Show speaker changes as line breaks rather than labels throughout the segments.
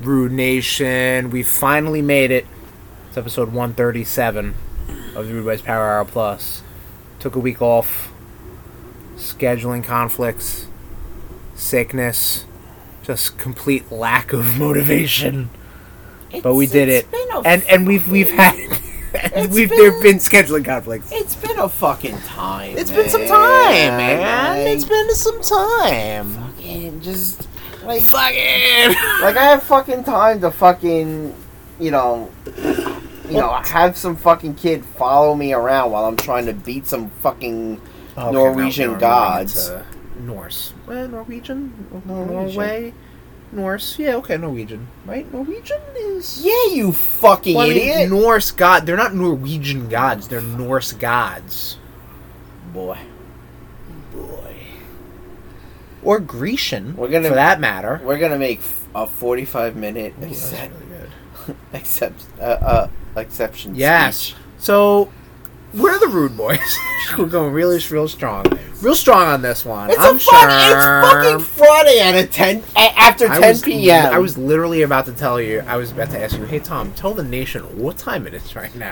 Brew Nation. We finally made it. It's episode 137 of the Rude Boys Power Hour Plus. Took a week off. Scheduling conflicts, sickness, just complete lack of motivation. but we did it, and and we've we've had and
It's
we've there've been
been-
scheduling conflicts.
It's been a fucking time.
It's
It's
been some time, man.
Like,
It's been some time.
fucking just like
Fucking
like I have fucking time to fucking you know you know have some fucking kid follow me around while I'm trying to beat some fucking Norwegian gods.
Norse. Well, Norwegian?
Norwegian.
Norway? Norse? Yeah, okay, Norwegian. Right? Norwegian is.
Yeah, you fucking
Well, I mean,
idiot.
Norse god. They're not Norwegian gods. They're Norse gods.
Boy. Boy.
Or Grecian,
We're gonna-
for that matter.
We're gonna make f- a 45 minute
Ooh, that's
except,
really good.
except uh, uh, exception.
Yes.
speech.
So, we're the rude boys. we're going really, real strong. Real strong on this one.
It's
I'm
a fun,
sure.
It's fucking Friday at a 10 a- after 10
I was,
p.m.
I was literally about to tell you. I was about to ask you, hey Tom, tell the nation what time it is right now.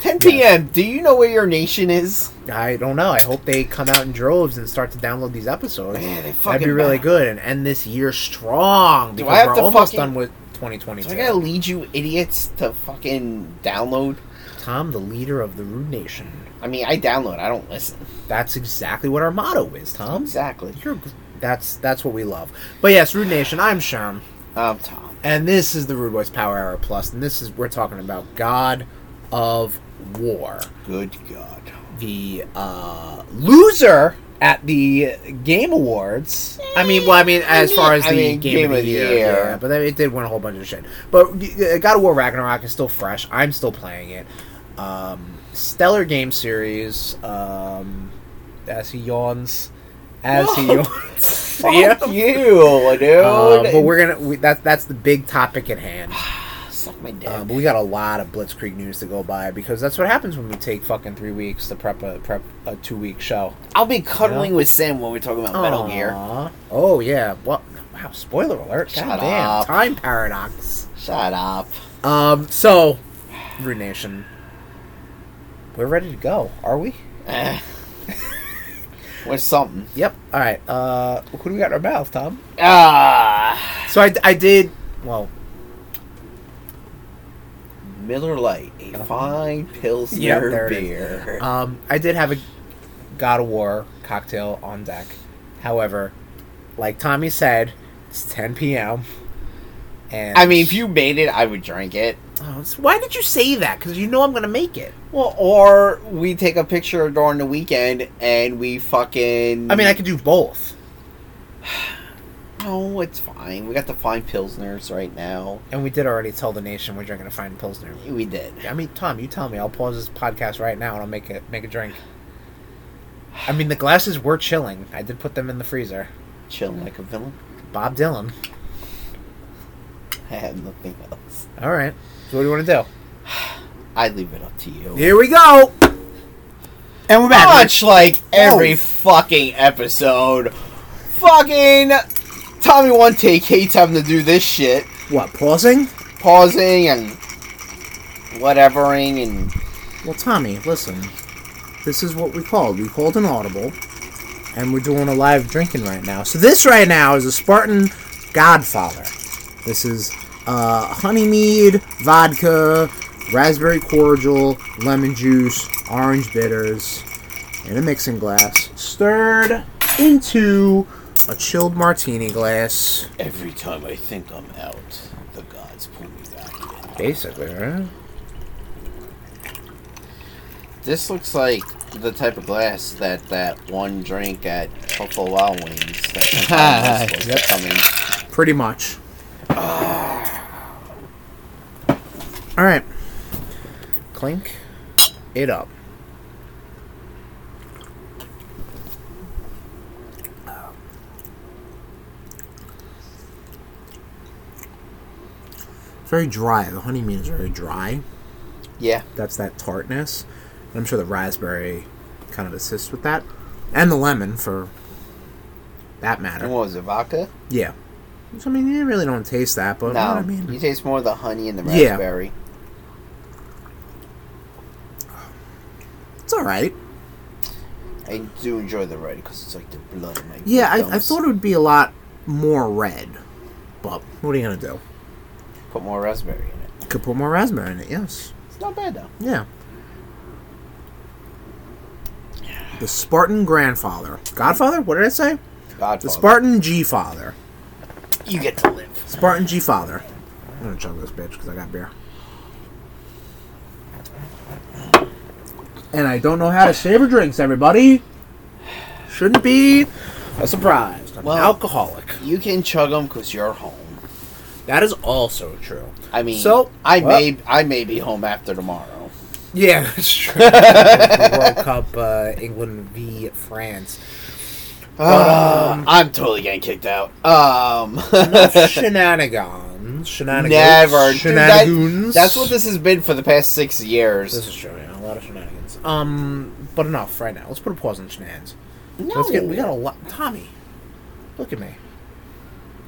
10 p.m. Do you know where your nation is?
I don't know. I hope they come out in droves and start to download these episodes.
Man, they
That'd be
fucking
really
better.
good and end this year strong because
I have
we're
to
almost
fucking-
done with 2022.
Do I gotta lead you idiots to fucking download?
Tom, the leader of the Rude Nation.
I mean, I download. I don't listen.
That's exactly what our motto is, Tom.
Exactly.
You're, gr- that's that's what we love. But yes, Rude Nation. I'm Sherm,
Um, Tom.
and this is the Rude Boys Power Hour Plus, and this is we're talking about God of War.
Good God.
the uh, loser at the Game Awards. I mean, well, I mean, as far as the
Eh, I mean,
game, of the year, yeah, but I mean, it did win a whole bunch of shit. But uh, God of War Ragnarok is still fresh. I'm still playing it. Um, stellar game series. Um, as he yawns, as he
No.
yawns.
Fuck
Yeah.
you, dude.
Uh, but we're gonna we, that, that's the big topic at hand.
Ah, Suck my dick.
Uh, but we got a lot of Blitzkrieg news to go by because that's what happens when we take fucking three weeks to prep a prep a two week show.
I'll be cuddling with Sam when we're talking about Metal Gear.
Aw. Oh yeah. Well, wow. Spoiler alert.
Shut
God damn.
up.
Time paradox.
Shut up.
Um. So, Rude Nation, we're ready to go, are we?
Eh. What's something?
Yep. All right. Uh, who do we got in our mouth, Tom?
Ah,
So I, I did. Well,
Miller Lite, a fine pilsner
Yeah, there it is.
beer.
um, I did have a God of War cocktail on deck. However, like Tommy said, it's 10 p.m. And
I mean, if you made it, I would drink it.
Oh, it's- why did you say that? Because you know I'm gonna make it.
Well, or we take a picture during the weekend and we fucking.
I mean, I could do both.
No, it's fine. We got the fine pilsners right now.
And we did already tell the nation we're drinking a fine pilsner.
We did.
I mean, Tom, you tell me. I'll pause this podcast right now and I'll make a make a drink. I mean, the glasses were chilling. I did put them in the freezer.
Chilling like a villain.
Bob Dylan.
I have nothing else.
All right. So what do you want to
I leave it up to you.
do? Here we go. And we're back.
Much like
Oh.
every
Whoa.
fucking episode, fucking Tommy One Take hates having to do this shit.
What? Pausing?
Pausing and whatevering and
Well, Tommy, listen. This is what we called. We called an audible, and we're doing a live drinking right now. So this right now is a Spartan Godfather. This is uh, honey mead, vodka, raspberry cordial, lemon juice, orange bitters, in a mixing glass, stirred into a chilled martini glass.
Every time I think I'm out, the gods pull me back.
Basically, right?
This looks like the type of glass that that one drink at Buffalo Wild Wings that was supposed to come in.
Pretty much. All right. Clink it up. It's very dry. The honey mead is very dry.
Yeah,
That's that tartness. And I'm sure the raspberry kind of assists with that. And the lemon for that matter.
and what was it, vodka?
Yeah. Which, I mean, you really don't taste that, but you know
no,
what I mean,
you taste more of the honey and the
Yeah.
raspberry.
it's all right.
I do enjoy the red because it's like the blood. In my
Yeah, I, I
gums.
thought it would be a lot more red, but what are you gonna do?
put more raspberry in it.
Could put more raspberry in it. Yes.
It's not bad though.
Yeah. The Spartan grandfather, Godfather. What did I say?
Godfather.
The Spartan G father.
You get to live.
Spartan G father. I'm gonna chug this bitch because I got beer. And I don't know how to savor drinks, everybody. Shouldn't be a surprise. I'm
Well-
an alcoholic.
You can chug them because you're home.
That is also true.
I mean,
So-
I may I may be home after tomorrow.
Yeah, that's true. World Cup, uh, England v France. Ah.
Uh, I'm totally getting kicked out. Um,
shenanigans, shenanigans,
never. Dude, that-
shenanigans.
that's what this has been for the past six years.
This is true. Yeah, a lot of shenanigans. Um, but enough right now. Let's put a pause on shenanigans.
no.
Let's get. We got a lot. Tommy, look at me.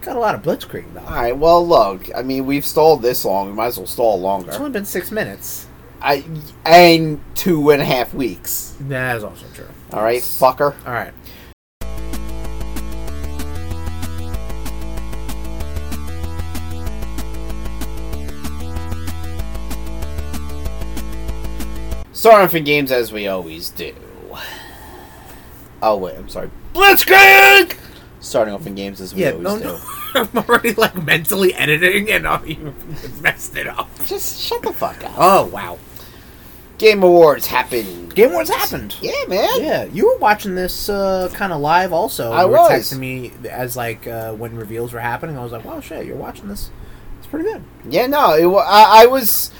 Got a lot of blitzkrieg
All
though.
right. Well, look. I mean, we've stalled this long. We might as well stall
It's
longer.
only been six minutes.
I and two and a half weeks.
That is also true.
All right, fucker.
All right.
Starting off in games as we always do. Oh wait, I'm sorry. Blitzkrieg. Starting off in games as we
Yeah.
always
No.
do.
No. I'm already like mentally editing, and I even messed it up.
Just shut the fuck up.
Oh wow.
Game Awards happened.
Game Awards happened.
Yeah, man.
Yeah, you were watching this uh, kind of live also.
I
you were
was.
texting me as like uh, when reveals were happening. I was like, "Wow, shit, you're watching this. It's pretty good."
Yeah, no, it, wa- I, I was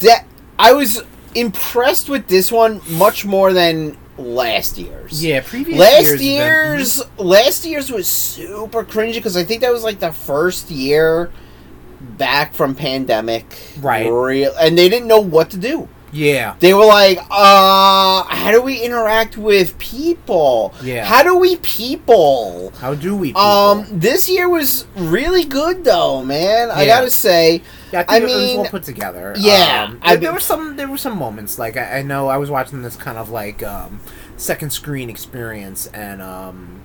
that I was impressed with this one much more than last year's.
Yeah, previous
Last
years mm-hmm.
year's last year's was super cringy because I think that was like the first year back from pandemic,
Right.
Real, and they didn't know what to do.
yeah,
They were like, "Uh, how do we interact with people?
Yeah.
how do we people?"
how do we? people?
Um, this year was really good though, man. I
Yeah.
gotta say,
yeah, I, think
I
it was
mean,
well put together.
yeah,
um,
I
there
mean-
were some there were some moments like I, I know I was watching this kind of like um, second screen experience and. Um,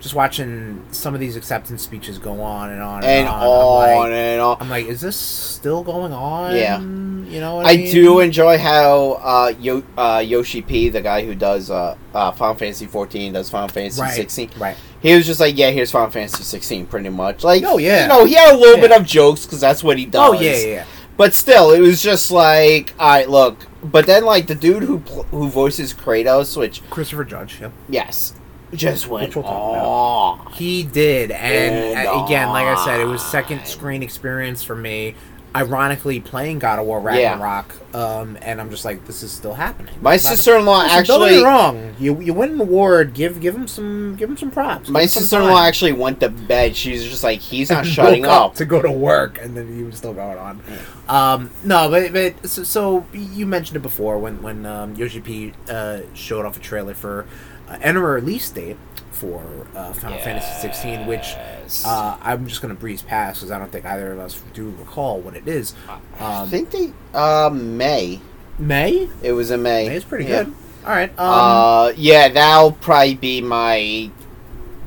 just watching some of these acceptance speeches go on and on and,
and
on.
on
I'm, like,
and on.
I'm like, is this still going on?
Yeah.
you know. What I,
I
mean?
do enjoy how uh, Yo- uh, Yoshi P, the guy who does uh, uh, Final Fantasy 14, does Final Fantasy
Right.
16.
Right.
He was just like, yeah, here's Final Fantasy 16, pretty much. Like,
Oh, yeah.
you know, he had a little
Yeah.
bit of jokes because that's what he does.
Oh yeah, yeah, yeah.
But still, it was just like, all right, look. But then, like, the dude who pl- who voices Kratos, which
Christopher Judge. Yep.
yes, just went
Which we'll talk about.
on.
He did, and
And
uh, again, like I said, it was
I-
second screen experience for me. Ironically, playing God of War
Yeah.
Ragnarok, um, and I'm just like, this is still happening.
My
It's not-
sister-in-law
Listen, don't
actually.
get me wrong. You you win an award. Give give him some give him some props.
My
Give him some
sister in law
time.
actually went to bed. She's just like, he's not
And
shutting
woke up
up.
to go to work, and then he was still going on. Um, no, but but so, so you mentioned it before when when um, Yoshi P uh, showed off a trailer for uh, and a release date for uh, Final Fantasy 16, which
Yes.
uh, I'm just gonna breeze past because I don't think either of us do recall what it is.
I
Um,
think they uh May.
May
It was in May.
May's pretty
Yeah.
good. All right. Um,
uh yeah, that'll probably be my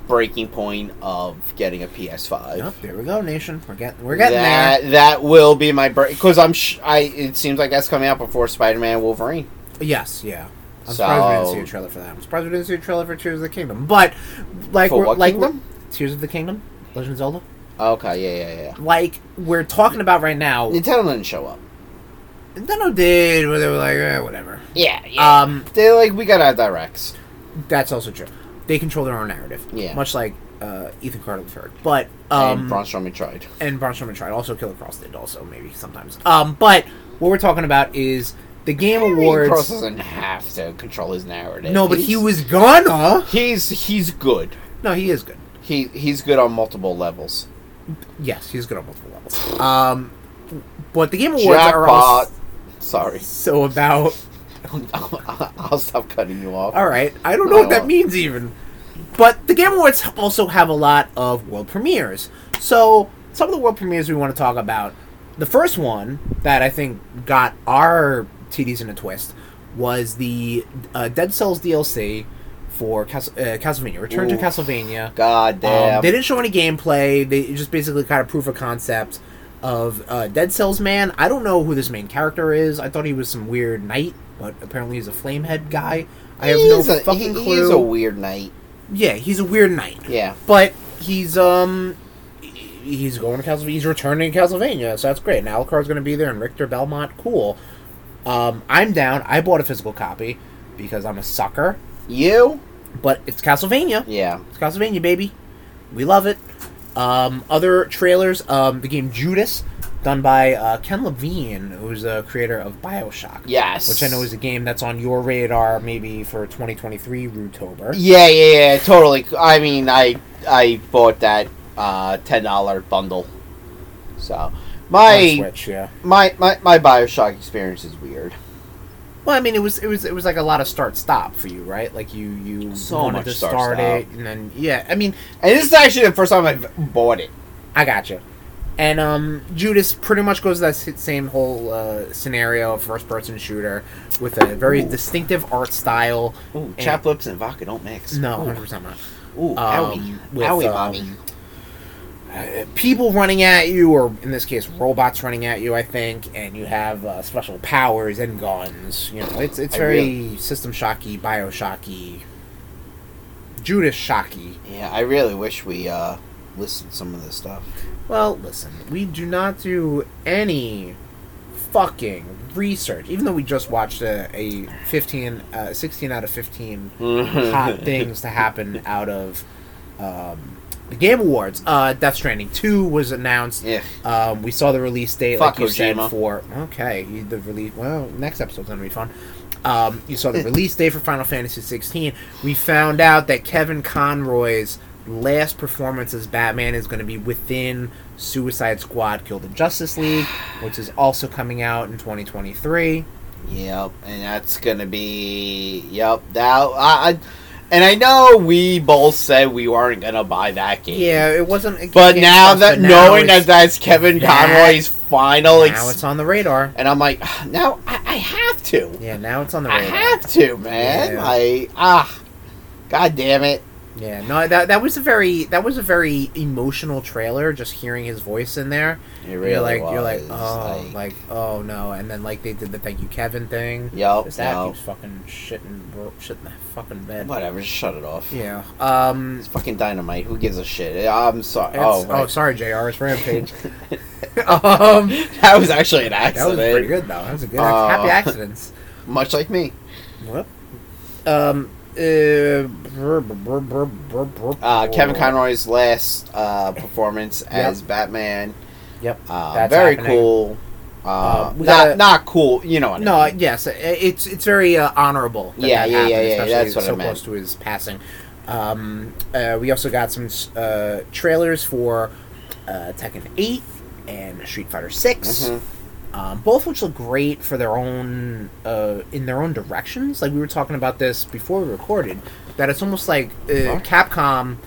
breaking point of getting a PS5.
yep, there we go, Nation. We're getting we're getting there.
that that will be my break because I'm sh- I it seems like that's coming out before Spider-Man Wolverine.
Yes, yeah. I'm surprised we didn't see a
So-
trailer for that. I'm surprised we didn't see a trailer for Tears of the Kingdom. But like
For
we're,
what
like
kingdom?
we're- Tears of the Kingdom, Legend of Zelda.
Okay, yeah, yeah, yeah.
Like we're talking about right now.
Nintendo didn't show up.
Nintendo did, where they were like, eh, whatever.
Yeah, yeah.
Um,
They're like, we gotta have directs.
that's also true. They control their own narrative.
Yeah.
Much like uh, Ethan Carter III. But
and
um,
Braun Strowman tried.
and Braun Strowman tried. Also, Killer Cross did. Also, maybe sometimes. Um, but what we're talking about is the Game Awards.
Cross doesn't have to control his narrative.
no, but
He's-
he was gonna.
He's he's good.
No, he is good.
He he's good on multiple levels.
Yes, he's good on multiple levels. Um, but the Game Awards are
Jackpot.
also
Sorry,
about.
I'll stop cutting you off.
All right, I don't know
I
what that
wa-
means even. But the Game Awards also have a lot of world premieres. So, some of the world premieres we want to talk about. The first one that I think got our TDs in a twist was the uh, Dead Cells DLC for Cas- uh, Castlevania Return to
Ooh.
Castlevania.
God damn.
Um, they didn't show any gameplay. They just basically kind of proof of concept of uh, Dead Cells Man. I don't know who this main character is. I thought he was some weird knight, but apparently he's a flamehead guy. I have
He's
no
a,
fucking
he-
clue.
He's a weird night.
yeah, he's a weird knight.
Yeah.
But he's um he's going to Castlevania. He's returning to Castlevania, so that's great. And Alucard's going to be there, and Richter Belmont. Cool. Um, I'm down. I bought a physical copy because I'm a sucker.
You?
But it's Castlevania.
Yeah.
It's Castlevania, baby. We love it. Um, other trailers, um, the game Judas, done by uh, Ken Levine, who's the creator of Bioshock.
Yes.
Which I know is a game that's on your radar maybe for 2023 Rootober.
Yeah, yeah, yeah, totally. I mean, I I bought that uh, ten dollar bundle. So
On
my,
Switch, yeah.
my my my Bioshock experience is weird.
Well, I mean, it was it was it was like a lot of start stop for you, right? Like you you
So
wanted
much
to
start
start
stop.
it, and then yeah. I mean,
And this is actually the first time I've bought it.
I got you. And um, Judas pretty much goes that s- same whole uh, scenario, first person shooter with a very
Ooh.
distinctive art style.
Ooh,
chap
chap lips and vodka don't mix.
No, hundred percent not.
Ooh,
Um, with,
Owie,
um,
mommy.
uh, people running at you, or in this case, robots running at you. I think, and you have uh, special powers and guns. You know, it's it's
I
very
really-
system shocky, bioshocky, Judas shocky.
Yeah, I really wish we uh, listed some of this stuff.
Well, listen, we do not do any fucking research, even though we just watched a, a 15, uh, 16 out of 15
Mm-hmm.
hot things to happen out of um, the Game Awards. Uh, Death Stranding 2 was announced.
Yeah.
Um, we saw the release date,
Fuck
like you said,
Kojima.
for. Okay, you- the release. Well, next episode's going to be fun. Um, you saw the release date for Final Fantasy 16. We found out that Kevin Conroy's last performance as Batman is going to be within Suicide Squad Killed in Justice League, which is also coming out in 2023.
Yep, and that's gonna be yep. That I, I and I know we both said we weren't gonna buy that game.
Yeah, it wasn't. it
But
came
now
first,
that
but now
knowing
it's-
that that's Kevin
that-
Conroy's final,
now
ex-
it's on the radar.
and I'm like, "Ah, now I, I have to,
Yeah, now it's on the
I
radar.
have to, man.
Yeah.
I ah, god damn it.
Yeah, no, that that was a very that was a very emotional trailer. Just hearing his voice in there,
It
you're like you're like oh like, oh no, and then like they did the thank you Kevin thing.
yep,
This app
no,
keeps fucking shitting bro- shitting that fucking bed.
whatever, just shut it off.
Yeah. Um.
It's fucking dynamite. Who gives a shit? Eh, I'm sorry.
it's-
Oh,
oh,
right.
sorry, Jr. It's Rampage. um,
that was actually an
that was
accident.
pretty good though. That was a good
Oh.
happy accidents.
Much like me.
What? Um. Uh, brr, brr, brr, brr, brr, brr,
Uh, Kevin
brr.
Conroy's last uh, performance as Batman.
Yep.
Uh,
That's
very
happening.
cool. Uh,
Um, we
not
gotta-
not cool. You know what?
No,
I
uh, yes, uh, it's it's very uh, honorable. That
Yeah,
that
yeah,
happened,
yeah, yeah,
especially
that's what I
so
meant.
close to his passing. Um, uh, we also got some uh, trailers for uh, Tekken Eight and Street Fighter 6
Mhm.
um, both which look great for their own uh, in their own directions. Like we were talking about this before we recorded, that it's almost like uh,
Huh?
Capcom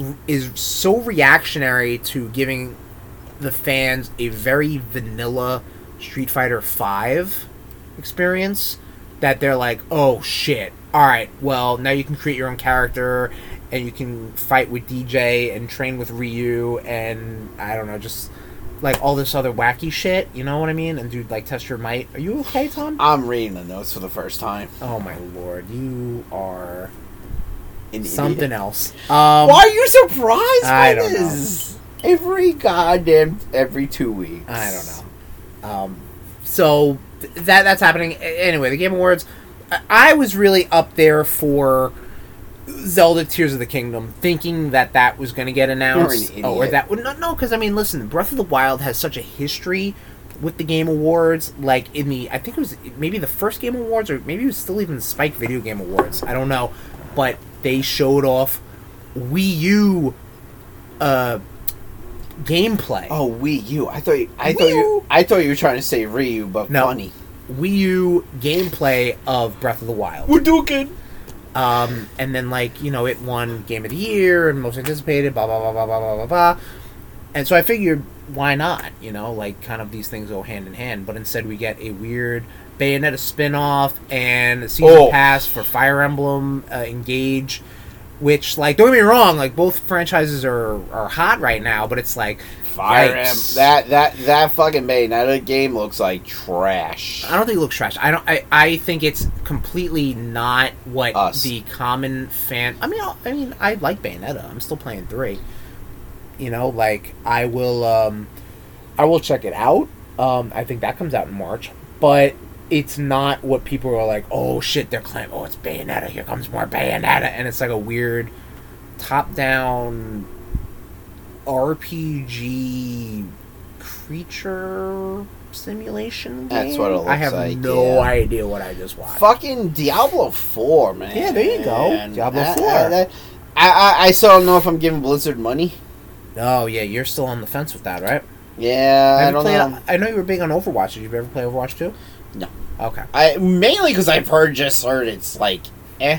r- is so reactionary to giving the fans a very vanilla Street Fighter Five experience that they're like, oh shit, all right, well now you can create your own character and you can fight with DJ and train with Ryu and I don't know, just like all this other wacky shit. You know what I mean? And dude, like test your might. Are you okay, Tom?
I'm reading the notes for the first time.
Oh my lord, you are
An
something
idiot.
else. Um,
Why are you surprised by
I don't know.
this? Every goddamn every two weeks.
I don't know. Um, so th- that that's happening A- anyway. The Game Awards. I- I was really up there for Zelda: Tears of the Kingdom, thinking that that was going to get announced,
You're an
Oh, or
idiot.
that would no, no, because I mean, listen, Breath of the Wild has such a history with the Game Awards. Like in the, I think it was maybe the first Game Awards, or maybe it was still even Spike Video Game Awards. I don't know, but they showed off Wii U uh, gameplay.
Oh, Wii U. I thought you, I thought you
Wii-u.
I thought you were trying to say Ryu, but
No.
funny.
Wii U gameplay of Breath of the Wild.
We're duking.
Um, and then like you know, it won Game of the Year and most anticipated, blah blah blah blah blah blah blah. blah. And so I figured, why not? You know, like kind of these things go hand in hand. But instead, we get a weird Bayonetta spin off and a season
Oh.
pass for Fire Emblem uh, Engage, which, like, don't get me wrong, like both franchises are are hot right now. But it's like,
Fire Em-
yikes.
that that that fucking main that game looks like trash.
I don't think it looks trash. I don't. I, I think it's completely not what
Us.
the common fan. I mean, I, I mean, I like Bayonetta. I'm still playing three. You know, like I will. Um, I will check it out. Um, I think that comes out in March, but it's not what people are like. Oh shit, they're claiming. Oh, it's Bayonetta. Here comes more Bayonetta, and it's like a weird top-down RPG creature simulation.
That's
game?
what it
I have
looks like,
no
yeah.
idea what I just watched.
Fucking Diablo Four, man.
Yeah, there you go. Diablo
I-
4.
I, I, I, I still don't know if I'm giving Blizzard money.
Oh yeah, you're still on the fence with that, right? Have
Yeah, I
you
don't
played-
know.
I know you were big on Overwatch. Did you ever play Overwatch two?
No.
Okay.
I mainly because I've heard just heard it's like eh,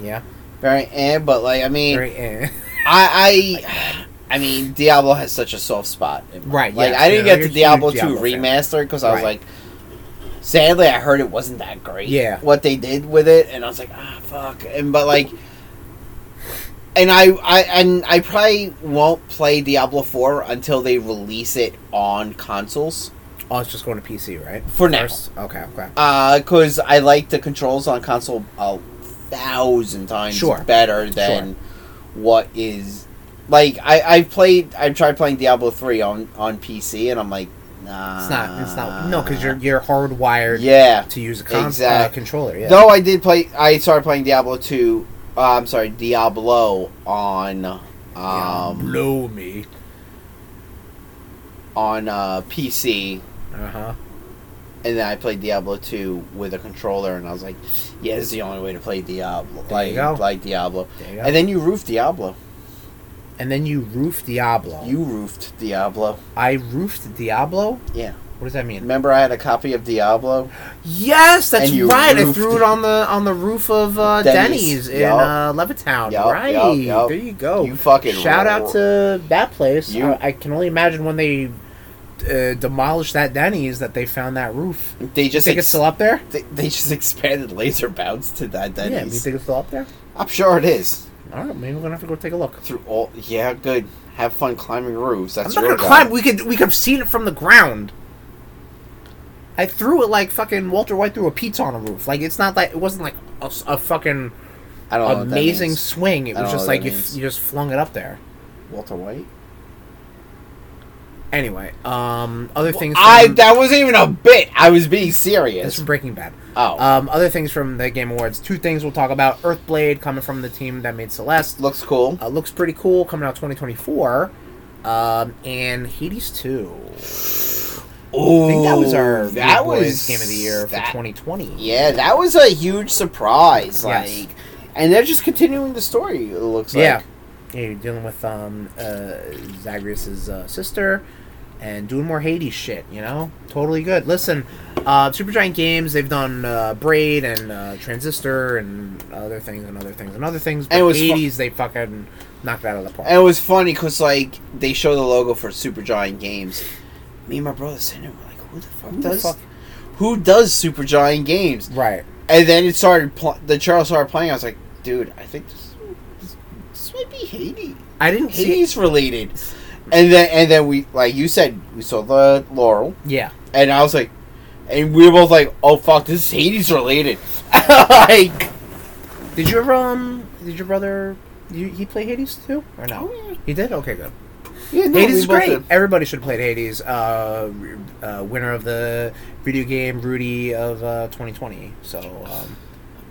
Yeah.
very eh, but like I mean,
Very, eh.
I I, I mean Diablo has such a soft spot. in my-
Right,
Like
yes,
I didn't
yeah,
get
you're
the
a huge
Diablo two
Diablo fan.
remaster because I was
Right.
like, sadly, I heard it wasn't that great.
Yeah.
what they did with it, and I was like, ah, fuck. And but like, and I I and I probably won't play Diablo four until they release it on consoles
Oh, it's just going to PC, right?
for now.
Okay. Okay.
because Uh, I like the controls on console a thousand times
Sure.
better than what is like. I I've played. I've tried playing Diablo three on on PC, and I'm like, nah,
It's not. It's not. No, because you're you're hardwired
yeah.
to use a con- uh,
Exact-
controller. Yeah.
Though I did play. I started playing Diablo two. Uh, I'm sorry, Diablo on um
Yeah, blow me.
on uh, PC.
Uh huh.
And then I played Diablo 2 with a controller, and I was like, "Yeah, this is the only way to play Diablo,
There
like
you go.
like Diablo."
There you go.
And then you roofed Diablo.
And then you roofed Diablo.
You roofed Diablo.
I roofed Diablo.
Yeah.
What does that mean?
Remember, I had a copy of Diablo.
Yes, that's
And you
right. I
roofed
threw it
it.
on the on the roof of uh, Denny's,
Denny's.
in
Yup.
uh, Levittown.
Yup,
right
yup, yup.
there, you go.
You fucking
Shout out to that place.
You-
I, I can only imagine when they uh, demolished that Denny's that they found that roof.
They
You
just
think it's
ex-
still up there?
they, they just expanded Laser Bounce to that
Yeah, you
Denny's.
think it's still up there?
I'm sure it is.
All right, maybe we're gonna have to go take a look.
Through all, yeah, good. Have fun climbing roofs. That's
I'm not
your
gonna
job.
climb. We could we could have seen it from the ground. I threw it like fucking Walter White threw a pizza on a roof. Like it's not like it wasn't like a, s- a fucking
I don't know what Oh, that
amazing
means.
swing. It
I
was
don't know
just
what
like
that
you, f-
means.
you just flung it up there.
Walter White.
Anyway, um, other things.
I
from-
that wasn't even a bit. I was being
That's
serious.
from Breaking Bad.
Oh,
Um, other things from the Game Awards. Two things we'll talk about: Earthblade coming from the team that made Celeste.
looks cool.
Uh, looks pretty cool coming out 2024. Um, and Hades 2.
Ooh,
I think that was our
Oh, that
Big Boys
was
game of the year for
that-
2020.
Yeah, that was a huge surprise. Like,
Yes.
and they're just continuing the story. It looks like.
yeah. Yeah, you're dealing with um, uh, Zagreus' uh, sister and doing more Hades shit, you know? Totally good. Listen, uh, Supergiant Games, they've done uh, Braid and uh, Transistor and other things and other things and other things. But
And it was fu-
Hades, they fucking knocked it out of the park.
And it was funny because like they show the logo for Supergiant Games. Me and my brother sitting there, we're like, who the fuck
Who the
does?
fuck-
Who does Supergiant Games?
right.
And then it started. Pl- the Charles started playing. I was like, dude, I think this, this, this might be Hades.
I didn't see.
Hades related. And then and then we like you said we saw the Laurel,
Yeah.
and I was like, and we were both like, oh fuck, this is Hades related. like,
Did your um? Did your brother? You, he play Hades too, or no?
Oh,
He did. Okay, good.
yeah, no,
Hades
we
is
both
great.
did.
Everybody should play Hades. Uh, uh, winner of the video game Rudy of uh, 2020. So um,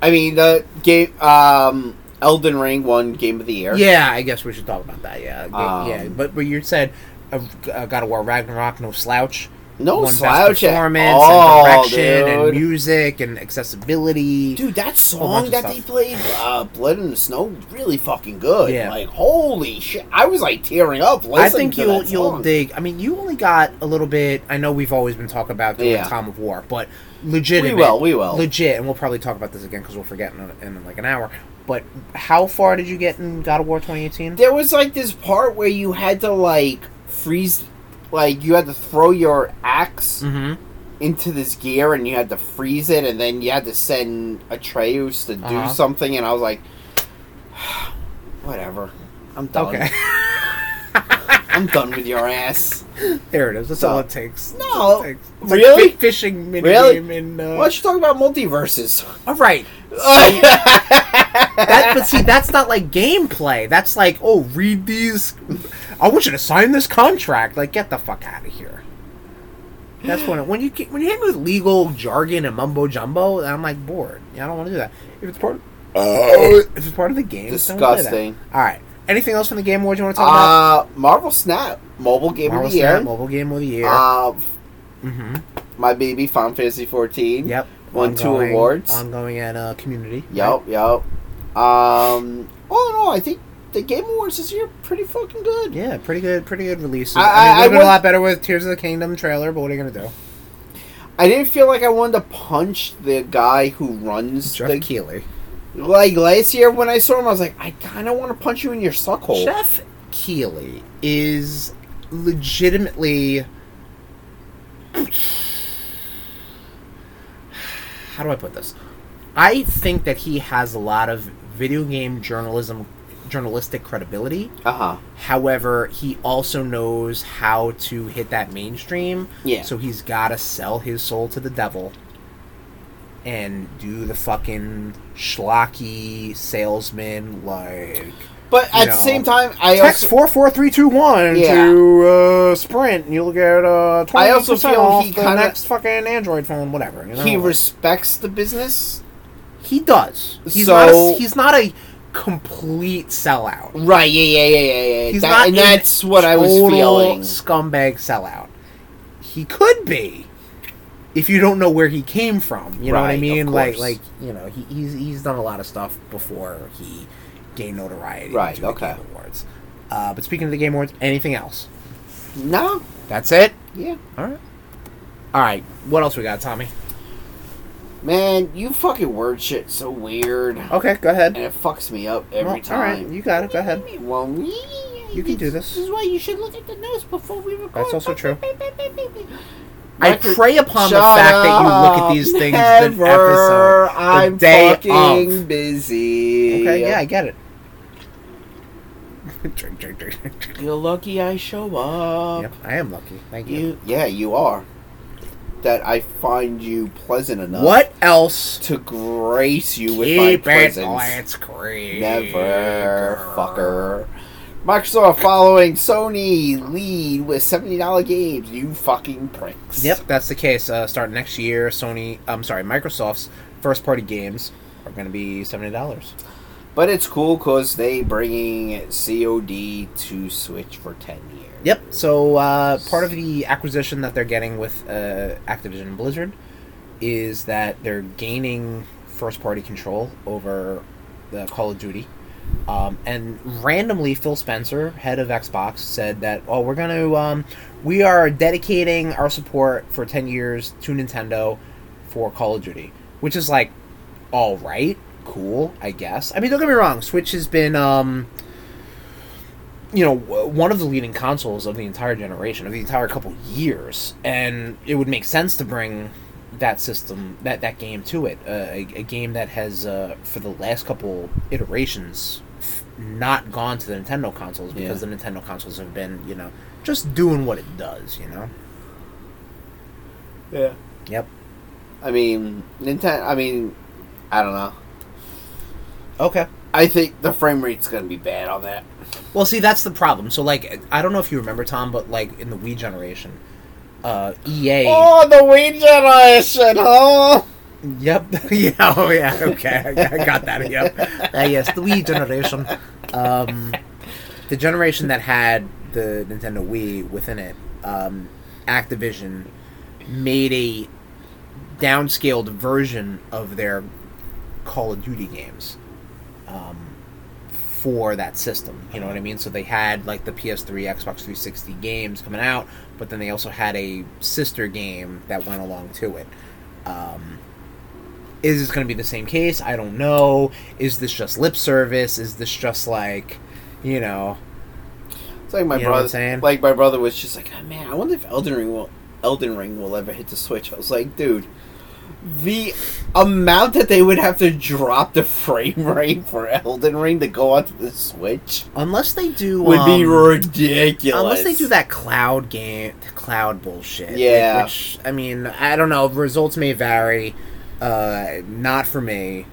I mean, the game, um, Elden Ring won Game of the Year.
yeah, I guess we should talk about that. Yeah, Ga- yeah.
Um,
But but you said uh, uh, God of War Ragnarok, no slouch.
no
Won
slouch at
performance
all,
and direction and
dude.
music and accessibility.
Dude, that
bunch
song
of
that
stuff.
they played, uh, "Blood in the Snow," really fucking good.
Yeah.
Like, holy shit, I was like tearing up.
I
listening
think
to
you'll
that
you'll
song.
dig. I mean, you only got a little bit. I know we've always been talking about doing
Yeah.
Time of War, but legitimate.
We will, we will.
Legit, and we'll probably talk about this again because we'll forget in, a, in like an hour. But how far did you get in God of War 2018?
There was like this part where you had to like freeze. Like you had to throw your ax
Mm-hmm.
into this gear, and you had to freeze it, and then you had to send Atreus to do
Uh-huh.
something. And I was like, whatever, I'm done.
Okay.
I'm done with your ass.
there it is. That's
So-
all it takes. That's
No.
all it takes. It's
Really?
Like big fishing mini
Really?
game in. Uh,
Why don't you talk about multiverses? Oh,
All right. That, but see, that's not like gameplay. That's like, oh, read these. I want you to sign this contract. Like, get the fuck out of here. That's when when you get- when you hit me with legal jargon and mumbo jumbo, I'm like bored. Yeah, I don't want to do that. If it's part,
Oh,
if it's part of the game, just don't play that.
Disgusting.
All right. Anything else from the Game Awards you want to talk about?
uh, Marvel Snap mobile game
Marvel
of the year.
Snap, mobile game of the year.
Uh,
mm-hmm.
my baby, Final Fantasy 14.
Yep.
Won two
Ongoing-
awards.
Ongoing and uh, community.
Yep, yep. Um, all in all, I think the Game Awards this year pretty fucking good.
Yeah, pretty good, pretty good releases.
I-
I,
I-
mean,
I
would've been
would-
a lot better with Tears of the Kingdom trailer, but what are you gonna do?
I didn't feel like I wanted to punch the guy who runs
Jeff
the
Keeley.
like last year when I saw him. I was like, I kind of want to punch you in your suck hole.
Jeff Keeley is legitimately. How do I put this? I think that he has a lot of video game journalism, journalistic credibility.
Uh huh.
However, he also knows how to hit that mainstream.
Yeah.
So he's got to sell his soul to the devil and do the fucking schlocky salesman like
But at the
No.
same time, I
text
also
four four three two one
Yeah.
to uh, Sprint, and you'll get uh
I
twenty
also
percent
feel
off
he
the
kinda-
next fucking Android phone, whatever. You know?
he respects the business.
he does. He's
So-
not. A, he's not a complete sellout.
Right? Yeah, yeah, yeah, yeah, yeah.
He's
That-
not
and
in
that's what I was
total
feeling.
Scumbag sellout. He could be, if you don't know where he came from. You know what
Right,
I
of
mean? Like,
course.
like you know, he, he's he's done a lot of stuff before he gained notoriety.
Right,
through the
okay.
Game Awards. Uh, but speaking of the Game Awards, anything else?
No.
That's it.
Yeah.
All right. All right. What else we got, Tommy?
Man, you fucking word shit so weird,
Okay, go ahead.
and it fucks me up every
Well, All
time.
right, you got it. Go ahead.
Well, we-
You can do this.
This is why you should look at the news before we record.
That's also true. I
Micro-
prey upon the
Shut
fact that you look
up.
at these things
Never.
the episode.
I'm
day
fucking
of.
busy.
Okay, yeah, I get it. drink, drink, drink, drink. drink.
You're lucky I show up.
Yep, I am lucky. Thank you.
Oh. You, yeah, you are. That I find you pleasant enough.
What else?
To grace you with
Keep
my
it
presence.
Lance Creek.
Never, fucker. Microsoft following Sony lead with $70 games, you fucking pricks.
Yep, that's the case. Uh, starting next year, Sony. I'm sorry, Microsoft's first-party games are going to be seventy dollars.
But it's cool because they bringing COD to Switch for 10 years.
Yep. So uh, part of the acquisition that they're getting with uh, Activision and Blizzard is that they're gaining first-party control over the Call of Duty. Um, and randomly, Phil Spencer, head of Xbox, said that, "Oh, we're gonna, um, we are dedicating our support for ten years to Nintendo for Call of Duty," which is like, all right, cool, I guess. I mean, don't get me wrong, Switch has been, um, you know, w- one of the leading consoles of the entire generation, of the entire couple years, and it would make sense to bring that system, that that game to it, uh, a, a game that has, uh, for the last couple iterations, f- not gone to the Nintendo consoles because the Nintendo consoles have been, you know, just doing what it does, you know.
Yeah.
Yep.
I mean, Nintendo, I mean, I don't know.
Okay.
I think the frame rate's going to be bad on that.
Well, see, that's the problem. So, like, I don't know if you remember Tom, but like in the Wii generation, uh, EA.
Oh, the Wii generation, huh?
Yep. yeah. Oh, yeah. Okay. I got that. Yep. Uh, yes, the Wii generation, um, the generation that had the Nintendo Wii within it, um, Activision made a downscaled version of their Call of Duty games um, for that system. You know what I mean? So they had like the PS3, Xbox 360 games coming out, but then they also had a sister game that went along to it. Um, is this going to be the same case? I don't know. Is this just lip service? Is this just like, you know,
It's like my
You know what I'm
brother.
saying?
Like my brother was just like, "Ah, man, I wonder if Elden Ring will Elden Ring will ever hit the Switch. I was like, dude, the amount that they would have to drop the frame rate for Elden Ring to go onto the Switch
Unless they do
would be
um,
ridiculous.
Unless they do that cloud game, cloud bullshit. like,
Yeah.
which I mean, I don't know. Results may vary. Uh, not for me,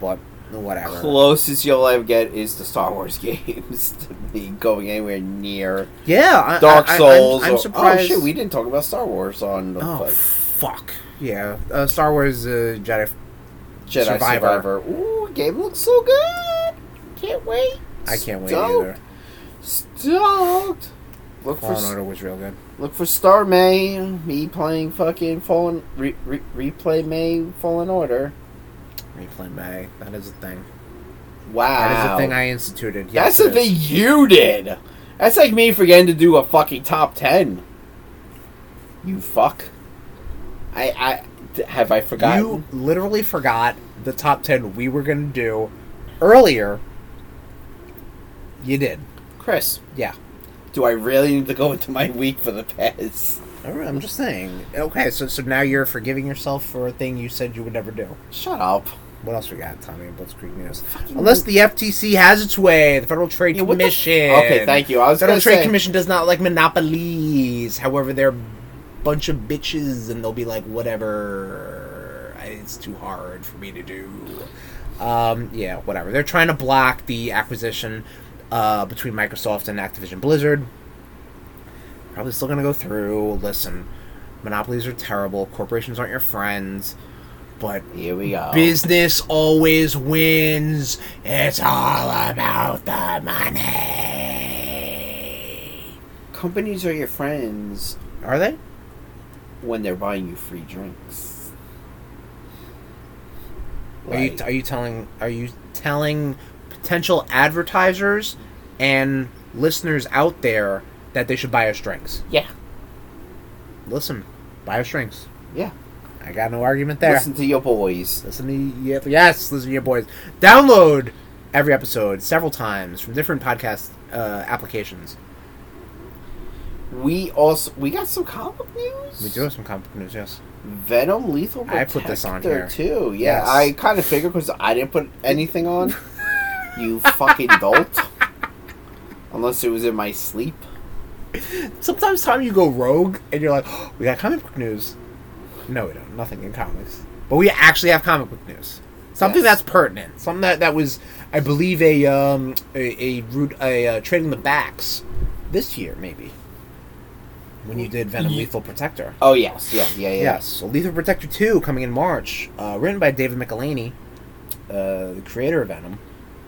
but whatever.
closest you'll ever get is the Star Wars games to be going anywhere near
yeah, I,
Dark
I- I-
Souls.
I'm,
or-
I'm surprised.
Oh shit, we didn't talk about Star Wars on the
Oh,
like,
fuck. Yeah, uh, Star Wars uh, Jedi.
Jedi
Survivor.
Survivor. Ooh, game looks so good. Can't wait.
I can't wait
Stoked.
either.
Stoked. Look for
Fallen
s-
Order was real good.
look for Star May. Me playing fucking Fallen re, re, replay May Fallen Order.
Replay May. That is a thing.
Wow.
That is a thing I instituted. Yes,
That's the
it is.
thing you did. That's like me forgetting to do a fucking top ten. You fuck. I I d- have I forgotten.
You literally forgot the top 10 we were going to do earlier. You did.
Chris,
Yeah.
do I really need to go into my week for the past?
I don't know, I'm just saying. Okay, so so now you're forgiving yourself for a thing you said you would never do.
Shut up.
What else we got, Tommy? Blitzkrieg News. Unless the FTC has its way, the Federal Trade
Yeah, what the f-
Commission.
Okay, thank you. I was
Federal
gonna
Trade
say-
Commission does not like monopolies. However, they're a bunch of bitches, and they'll be like, whatever. I- It's too hard for me to do. Um, yeah, whatever. They're trying to block the acquisition uh, between Microsoft and Activision Blizzard. Probably still gonna go through. Listen, monopolies are terrible. Corporations aren't your friends. But
Here we go.
Oh. Business always wins. It's all about the money.
Companies are your friends
Are they?
when they're buying you free drinks.
Are you
Like,
are you telling are you telling potential advertisers and listeners out there that they should buy us drinks?
yeah,
Listen, buy us drinks.
yeah.
I got no argument there.
Listen to your boys.
Listen to yep, yes, listen to your boys. Download every episode several times from different podcast uh, applications.
We also we got some comic news.
We do have some comic news, yes.
Venom Lethal Protector
I put this on here.
too. Yeah,
Yes.
I kind of figured because I didn't put anything on. you fucking dolt. Unless it was in my sleep.
sometimes time you go rogue and you're like, "Oh, we got comic book news. No, we don't. Nothing in comics, but we actually have comic book news. Something
Yes.
that's pertinent. Something that, that was, I believe, a um a a, root, a uh, trading the backs this year maybe when you did Venom
Ye-
Lethal Protector.
Oh yes, yeah, yeah, yeah.
Yes, so Lethal Protector two coming in March, uh, written by David McElhaney, uh, the creator of Venom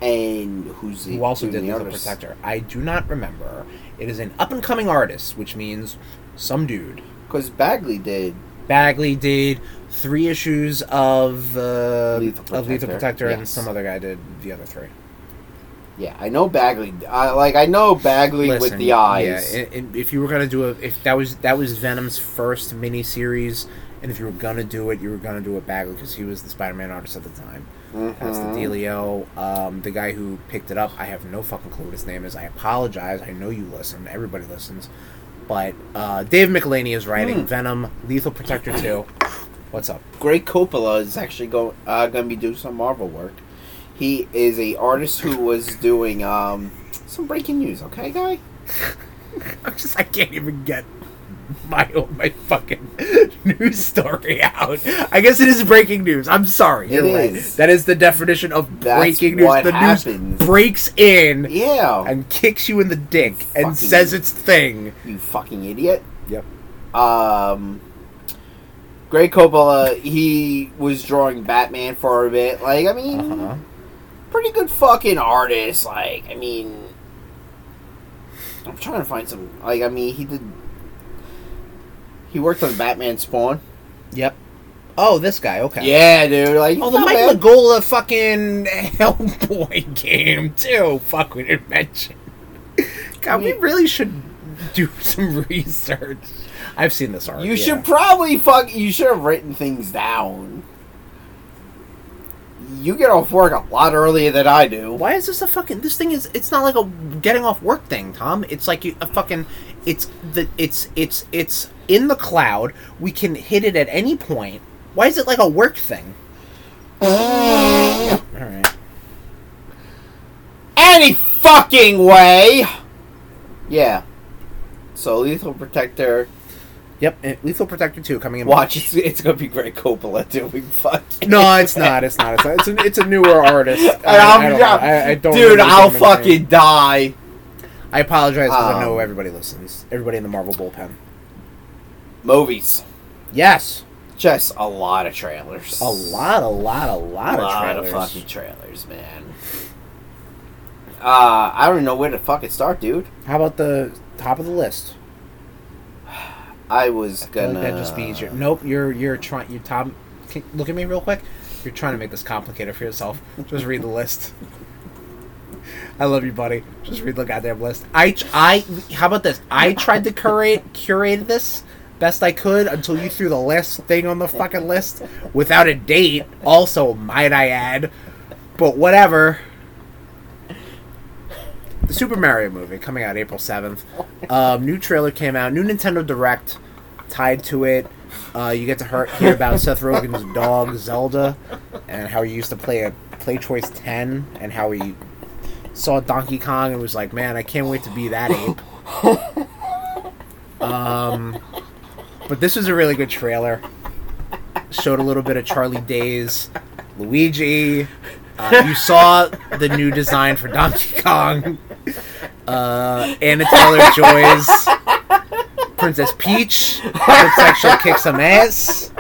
And who's the
who also
who
did
the
Lethal
artist?
Protector. I do not remember. It is an up and coming artist, which means some dude
Because Bagley did.
Bagley did three issues of uh,
Lethal
of Lethal
Protector,
Protector, and
yes.
some other guy did the other three.
Yeah, I know Bagley. I like I know Bagley with
Listen,
the eyes.
Yeah, i- i- if you were gonna do a, if that was that was Venom's first miniseries, and if you were gonna do it, you were gonna do it Bagley because he was the Spider-Man artist at the time. That's the
Mhm.
dealio. Um, the guy who picked it up, I have no fucking clue what his name is. I apologize. I know you listen. Everybody listens. But uh, Dave McElhaney is writing
Hmm.
Venom, Lethal Protector 2. What's up?
Greg Coppola is actually go, uh, going to be doing some Marvel work. He is a artist who was doing um, some breaking news. Okay, guy.
I'm just I can't even get my own my fucking news story out. I guess it is breaking news. I'm sorry. You're
It
right.
is.
That is the definition of
That's
breaking news.
what
the
happens.
news breaks in
Yeah,
and kicks you in the dick
Fucking-
and says its thing.
you fucking idiot.
Yep.
Um, Greg Coppola, he was drawing Batman for a bit. Like, I mean,
Uh-huh.
pretty good fucking artist. Like, I mean, I'm trying to find some. Like, I mean, he did. He worked on Batman Spawn.
Yep. Oh, this guy. Okay.
Yeah, dude. Like,
Oh, the
not
Mike
bad.
Lagola fucking Hellboy game too. Fuck, we didn't mention. God, we
We-
really should do some research. I've seen this art.
You
yeah.
should probably fuck. You should have written things down. you get off work a lot earlier than I do.
Why is this a fucking? This thing is. It's not like a getting off work thing, Tom. It's like you, a fucking. It's the. It's it's it's in the cloud. We can hit it at any point. Why is it like a work thing? All right.
Any fucking way! Yeah. So lethal protector.
Yep. and Lethal Protector Two coming in.
Watch, it's, it's gonna be Greg Coppola doing fucking.
No, it's not. It's not. It's not. It's a, it's a newer artist.
And I'm-
I, don't, know. I, I don't
dude,
remember
I'll
his name.
fucking die.
I apologize because I know
Um,
everybody listens. Everybody in the Marvel bullpen.
Movies.
Yes,
Just a lot of trailers.
a lot, a lot, a
A
lot,
lot
of
of
trailers.
fucking trailers, man. Uh, I don't even know where to fucking start, dude.
How about the top of the list?
I was
I feel
gonna.
like that just means you're. Nope, you're you're trying. You Tom, can, look at me real quick. You're trying to make this complicated for yourself. Just read the list. I love you, buddy. Just read the goddamn list. I I how about this? I tried to curate curate this best I could until you threw the last thing on the fucking list without a date. Also, might I add, but whatever. The Super Mario movie coming out April seventh. Um, new trailer came out. New Nintendo Direct tied to it. Uh, you get to hear, hear about Seth Rogen's dog Zelda, and how he used to play a Play Choice Ten, and how he saw Donkey Kong and was like, "Man, I can't wait to be that ape." Um, but this was a really good trailer. Showed a little bit of Charlie Day's Luigi. Uh, you saw the new design for Donkey Kong. Uh, Anna Taylor Joy's Princess Peach looks like she'll kick some ass.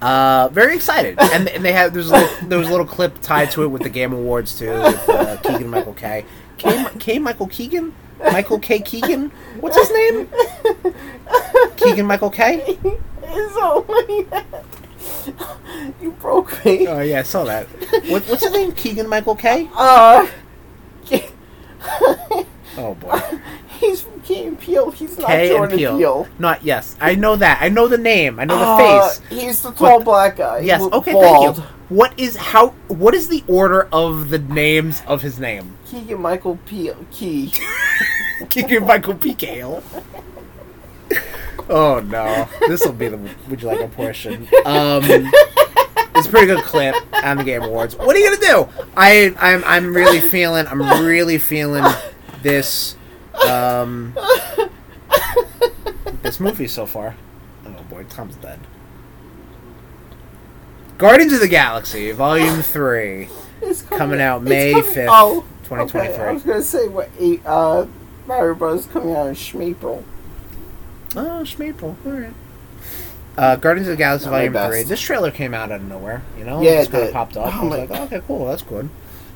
Uh, very excited, and, and they have there's a little, there was a little clip tied to it with the Game Awards too, with uh, Keegan Michael K. K. K. Michael Keegan, Michael K. Keegan, what's his name? Keegan Michael K.
It's only you broke me.
Oh yeah, I saw that. What, what's his name? Keegan Michael K.
Uh,
Oh boy,
he's from Key and Peele. He's not
K and
Jordan
Peele.
Peele.
Not yes, I know that. I know the name. I know the
Uh,
face.
He's the tall
But-
black guy.
Yes.
who-
Okay.
bald.
Thank you. What is how? What is the order of the names of his name?
Keegan Michael Peele. Key.
Keegan Michael Picale. oh no! This will be the would you like a portion? Um, it's a pretty good clip on the Game Awards. What are you gonna do? I I'm I'm really feeling I'm really feeling this um this movie so far. Oh boy, Tom's dead. Guardians of the Galaxy Volume Three
It's
coming out
it's
May
coming-
fifth,
oh,
twenty twenty
okay, I was
three.
gonna say what eight, uh, Mario Bros. coming out in Schmapril.
Oh, Schmaple. All right. Uh, Guardians of the Galaxy
Not my
Volume
best.
Three. This trailer came out out of nowhere. You know,
Yeah,
it
it
kind of
did.
popped up.
Oh
I was
my
like,
God.
okay, cool, that's good.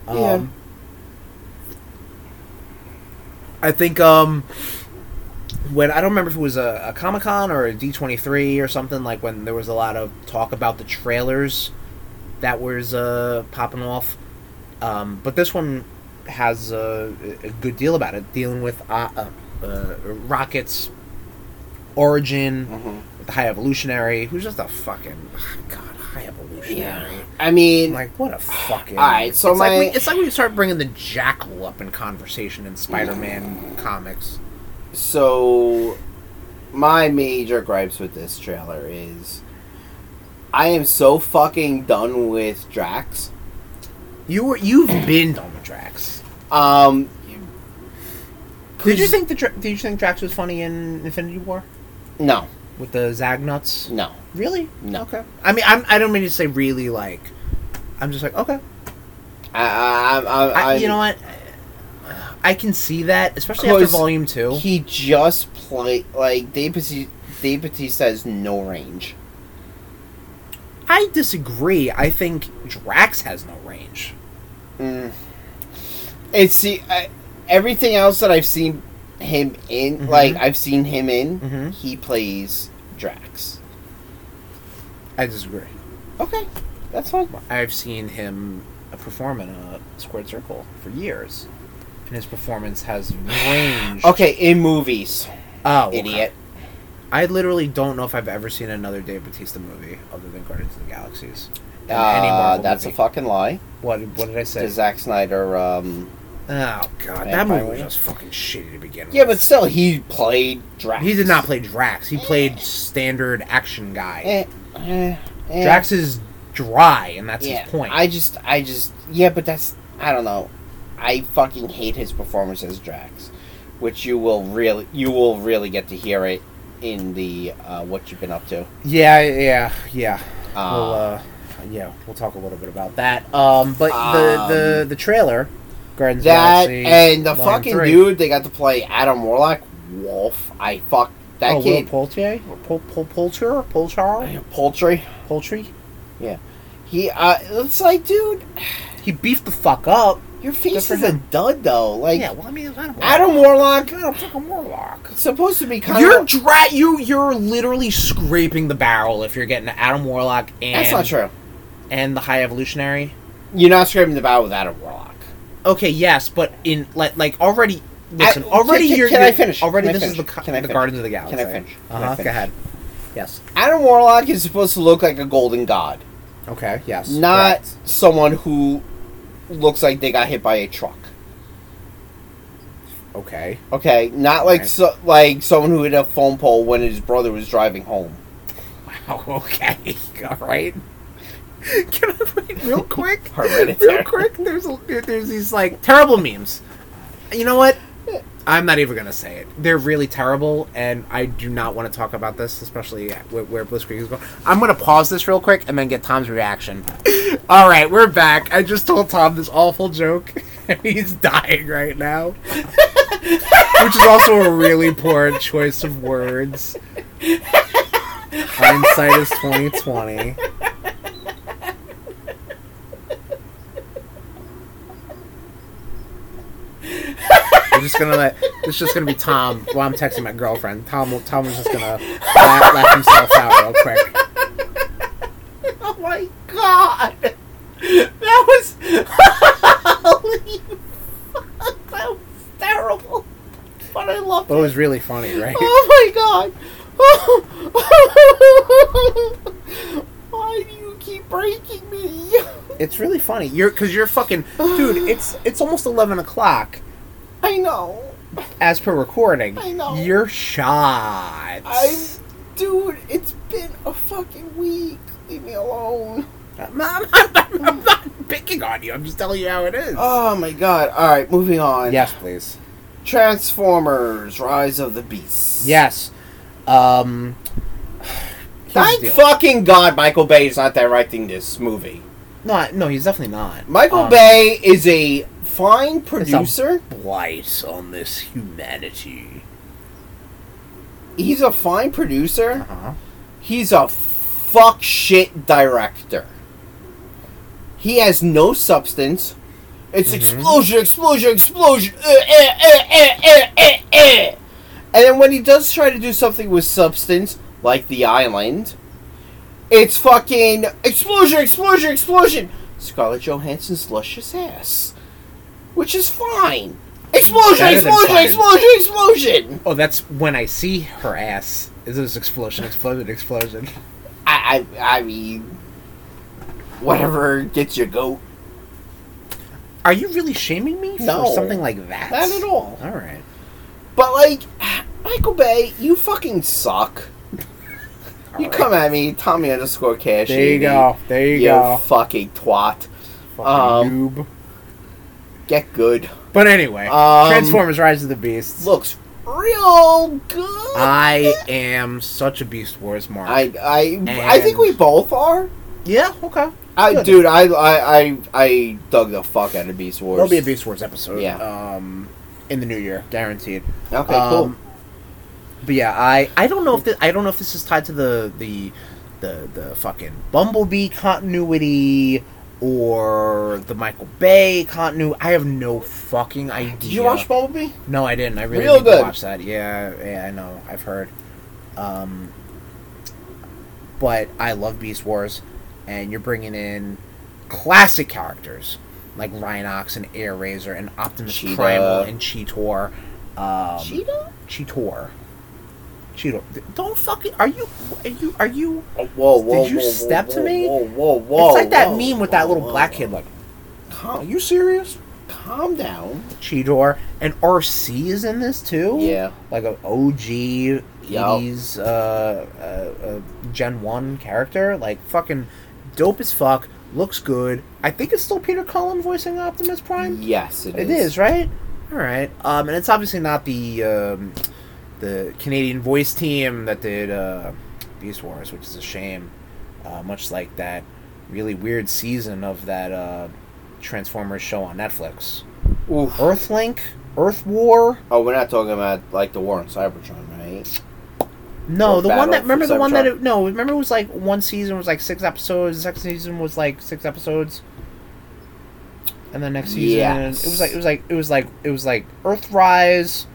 Um,
Yeah.
I think um, when I don't remember if it was a, a Comic Con or a D twenty three or something like when there was a lot of talk about the trailers that was uh, popping off. Um, but this one has a, a good deal about it, dealing with uh, uh, uh, Rocket's origin,
Mm-hmm.
the High Evolutionary, who's just a fucking God High Evolutionary.
I mean,
Like what a fucking.
Alright, so
it's like
my-
when, it's like when you start bringing the jackal up in conversation in Spider-Man comics.
so my major gripes with this trailer is I am so fucking done with Drax.
You were you've been on the Drax.
Um,
Did you think the Dra- Did you think Drax was funny in Infinity War
no,
with the Zagnuts?
no,
Really?
no.
Okay. I mean, I'm, I don't mean to say really like. I'm just like okay.
I, I, I, I,
I, you know what? I can see that, especially after
Because
Volume Two.
He just play like Dave Bautista, Dave Bautista has no range.
I disagree. I think Drax has no range.
Mm. It's see I, everything else that I've seen him in,
Mhm.
like I've seen him in,
Mhm.
he plays Drax.
I disagree.
Okay, that's fine.
I've seen him perform in a squared circle for years, and his performance has range.
Okay, in movies,
Oh, okay.
idiot.
I literally don't know if I've ever seen another Dave Bautista movie other than Guardians of the Galaxies. than any
Uh,
Marvel
that's a
movie.
fucking lie.
what, what did I say?
To Zack Snyder. Um,
Oh god,
Vampire
that movie
Weekend?
was fucking shitty to begin with.
yeah, but still, he played Drax.
he did not play Drax. He played standard action guy.
Eh, eh, eh.
Drax is dry, and that's
yeah,
his point.
I just, I just, yeah, but that's, I don't know. I fucking hate his performance as Drax, which you will really, you will really get to hear it in the uh, what you've been up to.
yeah, yeah, yeah.
Uh,
we'll, uh, yeah, we'll talk a little bit about that. Um, but
Um,
the, the the trailer, Guardians of the
that
Galaxy,
and the
Volume
fucking
3.
dude they got to play Adam Warlock, Wolf. I fuck that
oh,
kid.
Will Poultier, or Pol Pol Poulter, Poulter,
Poultry.
Poultry.
He, uh, it's like, dude,
He beefed the fuck up.
your face
for
is a dud though. Like
yeah, well, I mean, Adam,
Adam Warlock, uh,
Adam fucking Warlock.
supposed to be kind
You're
of.
dry. You you're literally scraping the barrel if you're getting Adam Warlock and
That's not true.
and the High Evolutionary.
You're not scraping the bow with Adam Warlock.
Okay, yes, but in like like already. Listen,
I-
already
can- can-
you're.
can I
you're-
finish?
Already,
Can I
this is
finish?
the, co-
Can I
the
finish?
Gardens of the Galaxy.
Can I finish? Can I
Uh-huh,
finish?
Go ahead. Yes.
Adam Warlock is supposed to look like a golden god,
Okay. Yes.
not
correct.
someone who looks like they got hit by a truck.
Okay.
Okay, not like
Right.
so, like someone who hit a phone pole when his brother was driving home.
Wow. Oh, Okay. All right. Can I wait real quick?
Hereditary.
Real quick. There's a, there's these like terrible memes. You know what? I'm not even gonna say it. They're really terrible, and I do not want to talk about this, especially where, where Blitzkrieg is going. I'm gonna pause this real quick and then get Tom's reaction. All right, we're back. I just told Tom this awful joke, and he's dying right now, which is also a really poor choice of words. Hindsight is 2020. We're just gonna let. It's just gonna be Tom. While I'm texting my girlfriend, Tom. will- Tom was just gonna laugh, laugh himself out real quick.
Oh my god! That was holy fuck! That was terrible, but I loved
But it was really funny, right?
Oh my god! Why do you keep breaking me?
It's really funny. You're because you're fucking dude. It's it's almost eleven o'clock
I know.
as per recording.
I know.
You're shot.
I'm. Dude, it's been a fucking week. Leave me alone.
I'm, I'm, I'm, I'm not picking on you. I'm just telling you how it is.
Oh my god. Alright, moving on.
yes, please.
Transformers Rise of the Beasts.
Yes. Um. here's the
Thank
deal.
fucking god Michael Bay is not directing this movie.
No, no, he's definitely not.
Michael
Um,
Bay is a fine producer.
blight on this humanity.
He's a fine producer.
Uh-huh.
He's a fuck shit director. He has no substance. It's
Mhm.
explosion, explosion, explosion. eh, eh, eh, eh, eh, eh, eh. And then when he does try to do something with substance, like The Island, it's fucking explosion, explosion, explosion. Scarlett Johansson's luscious ass, which is fine. Explosion,
Better than
explosion,
fine.
explosion, explosion.
Oh, that's when I see her ass. Is this explosion, explosion, explosion?
I, I, I mean, whatever gets your goat.
Are you really shaming me for
No.
something like that?
Not at all.
All right.
But like, Michael Bay, you fucking suck.
All
You
right.
come at me, Tommy underscore Cash.
There you
80,
go. There you,
You um,
go.
fucking twat.
Fucking noob.
Get good.
But anyway,
um,
Transformers: Rise of the Beasts.
Looks real good.
I am such a Beast Wars mark.
I I I think we both are.
yeah. Okay.
I
Good.
dude, I I I I dug the fuck out of Beast Wars.
There'll be a Beast Wars episode.
Yeah.
Um, in the new year, guaranteed.
Okay,
Um, But yeah, I, I don't know if this, I don't know if this is tied to the the the, the fucking Bumblebee continuity or the Michael Bay continuity. I have no fucking idea.
cool. Did you watch Bumblebee?
No, I didn't. I really
Real
need to
good.
watch that. Yeah, yeah, I know. I've heard. Um, but I love Beast Wars, and you're bringing in classic characters like Rhinox and Air Razor and Optimus
Cheetah.
Primal and Cheetor. Um,
Cheetah?
Cheetor. Cheeto, don't fucking. Are you? Are you? Are you?
Oh, whoa, whoa,
Did you
whoa,
step
whoa,
to me?
Whoa, whoa, whoa!
it's like that
whoa,
meme with that
whoa,
little
whoa,
black
whoa.
kid, like
Calm, are you serious? Calm down.
Cheetor, and RC is in this too.
Yeah.
like a OG 80s uh, uh, uh, Gen One character, like fucking dope as fuck. Looks good. I think it's still Peter Cullen voicing Optimus Prime.
Yes, it,
It is, right? All right. Um, and it's obviously not the um, the Canadian voice team that did uh, Beast Wars, which is a shame. Uh, much like that really weird season of that uh, Transformers show on Netflix,
Oof.
Earthlink, Earth War.
Oh, we're not talking about like the war on Cybertron, right?
No,
Or
the one
Battle
that remember
for
the one that
Cybertron.
it, no remember it was like one season was like six episodes. The second season was like six episodes, and the next season
Yes.
it was like it was like it was like it was like Earthrise,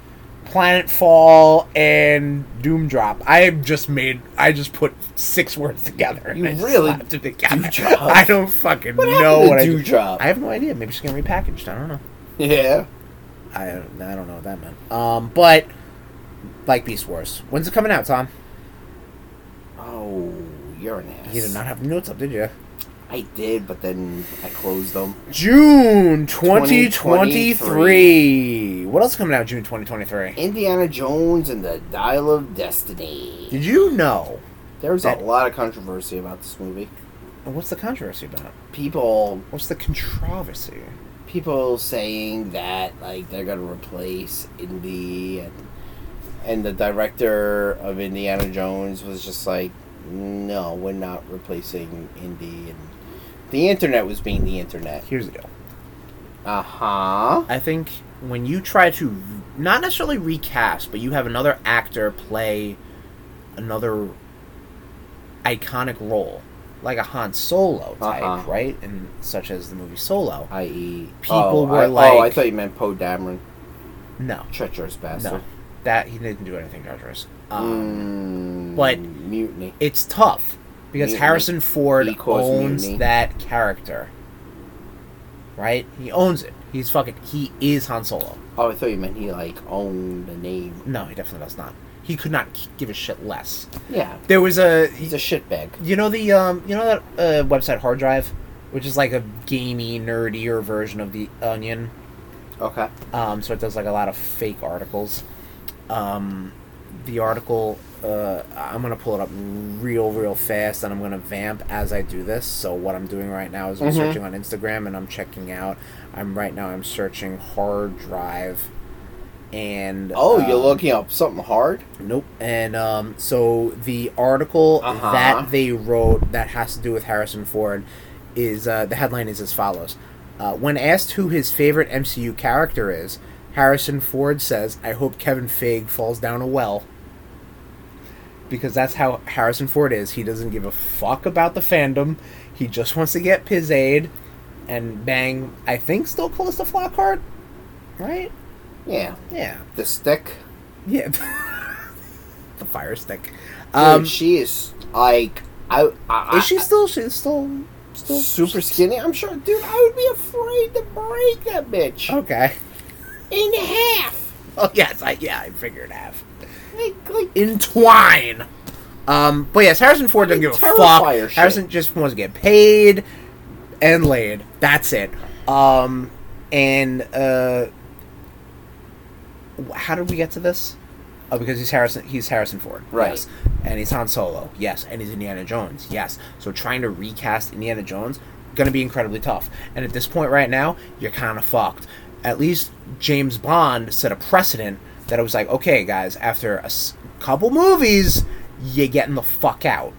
Planetfall, and Doom Drop. I just made I just put six words together. and
You
I just
really
slapped it together.
Doomdrop.
I don't fucking
What
know
happened
what I
to
did.
Dewdrop?
I have no idea. Maybe she's getting repackaged. I don't know.
Yeah.
I I don't know what that meant. Um, but like Beast Wars. When's it coming out, Tom?
Oh, you're an ass.
You did not have the notes up, did you?
I did, but then I closed them.
June 2023.
2023.
What else coming out June 2023?
Indiana Jones and the Dial of Destiny.
Did you know?
There's a
that-
lot of controversy about this movie.
What's the controversy about?
People,
What's the controversy?
people saying that like they're gonna replace Indy, and and the director of Indiana Jones was just like, no, we're not replacing Indy, and the internet was being the internet.
Here's the deal.
Uh huh.
I think when you try to not necessarily recast, but you have another actor play another iconic role, like a Han Solo type,
Uh-huh.
right? And such as the movie Solo.
I.e.,
People
oh,
were
I, oh, I
like-
thought you meant Poe Dameron,
No,
treacherous
no,
bastard.
that he didn't do anything dangerous. Um,
Mm,
but-
mutiny.
it's tough because
Mutiny.
Harrison Ford
He caused
owns
mutiny.
that character. Right? He owns it. He's fucking he is Han Solo.
Oh, I thought you meant he like owned the name.
No, he definitely does not. He could not k- give a shit less.
Yeah,
There was a
he's a shitbag.
you know the um you know that uh, website Hard Drive, which is like a gamey, nerdier version of the Onion.
Okay.
um, so it does like a lot of fake articles. Um, the article, uh, I'm gonna pull it up real, real fast, and I'm gonna vamp as I do this. So what I'm doing right now is I'm
Mhm.
searching on Instagram, and I'm checking out. I'm right now. I'm searching hard drive, and
Oh, you're
um,
looking up something hard?
Nope. And um, so the article
Uh-huh.
that they wrote that has to do with Harrison Ford is uh, the headline is as follows: uh, When asked who his favorite MCU character is, Harrison Ford says, "I hope Kevin Feige falls down a well." Because that's how Harrison Ford is. He doesn't give a fuck about the fandom. He just wants to get his aid, and bang! I think still Callista Flockhart, right?
Yeah.
Yeah,
The stick.
yeah. the fire stick. Um,
Dude, she is like I. I
Is she
I-
still? She's still. Still.
super skinny? I'm sure, dude. I would be afraid to break that bitch
Okay.
in half.
Oh yes, I yeah, I figured half.
Like, like
Entwine. Um, but yes, Harrison Ford doesn't give a fuck.
Terrifier shit.
Harrison just wants to get paid and laid. That's it. Um, and uh, wh- how did we get to this? Oh, because he's Harrison. He's Harrison Ford.
Right.
Yes. And he's Han Solo. Yes. And he's Indiana Jones. Yes. So trying to recast Indiana Jones going to be incredibly tough. And at this point right now, you're kind of fucked. At least James Bond set a precedent that it was like, okay, guys, after a s- couple movies, you're getting the fuck out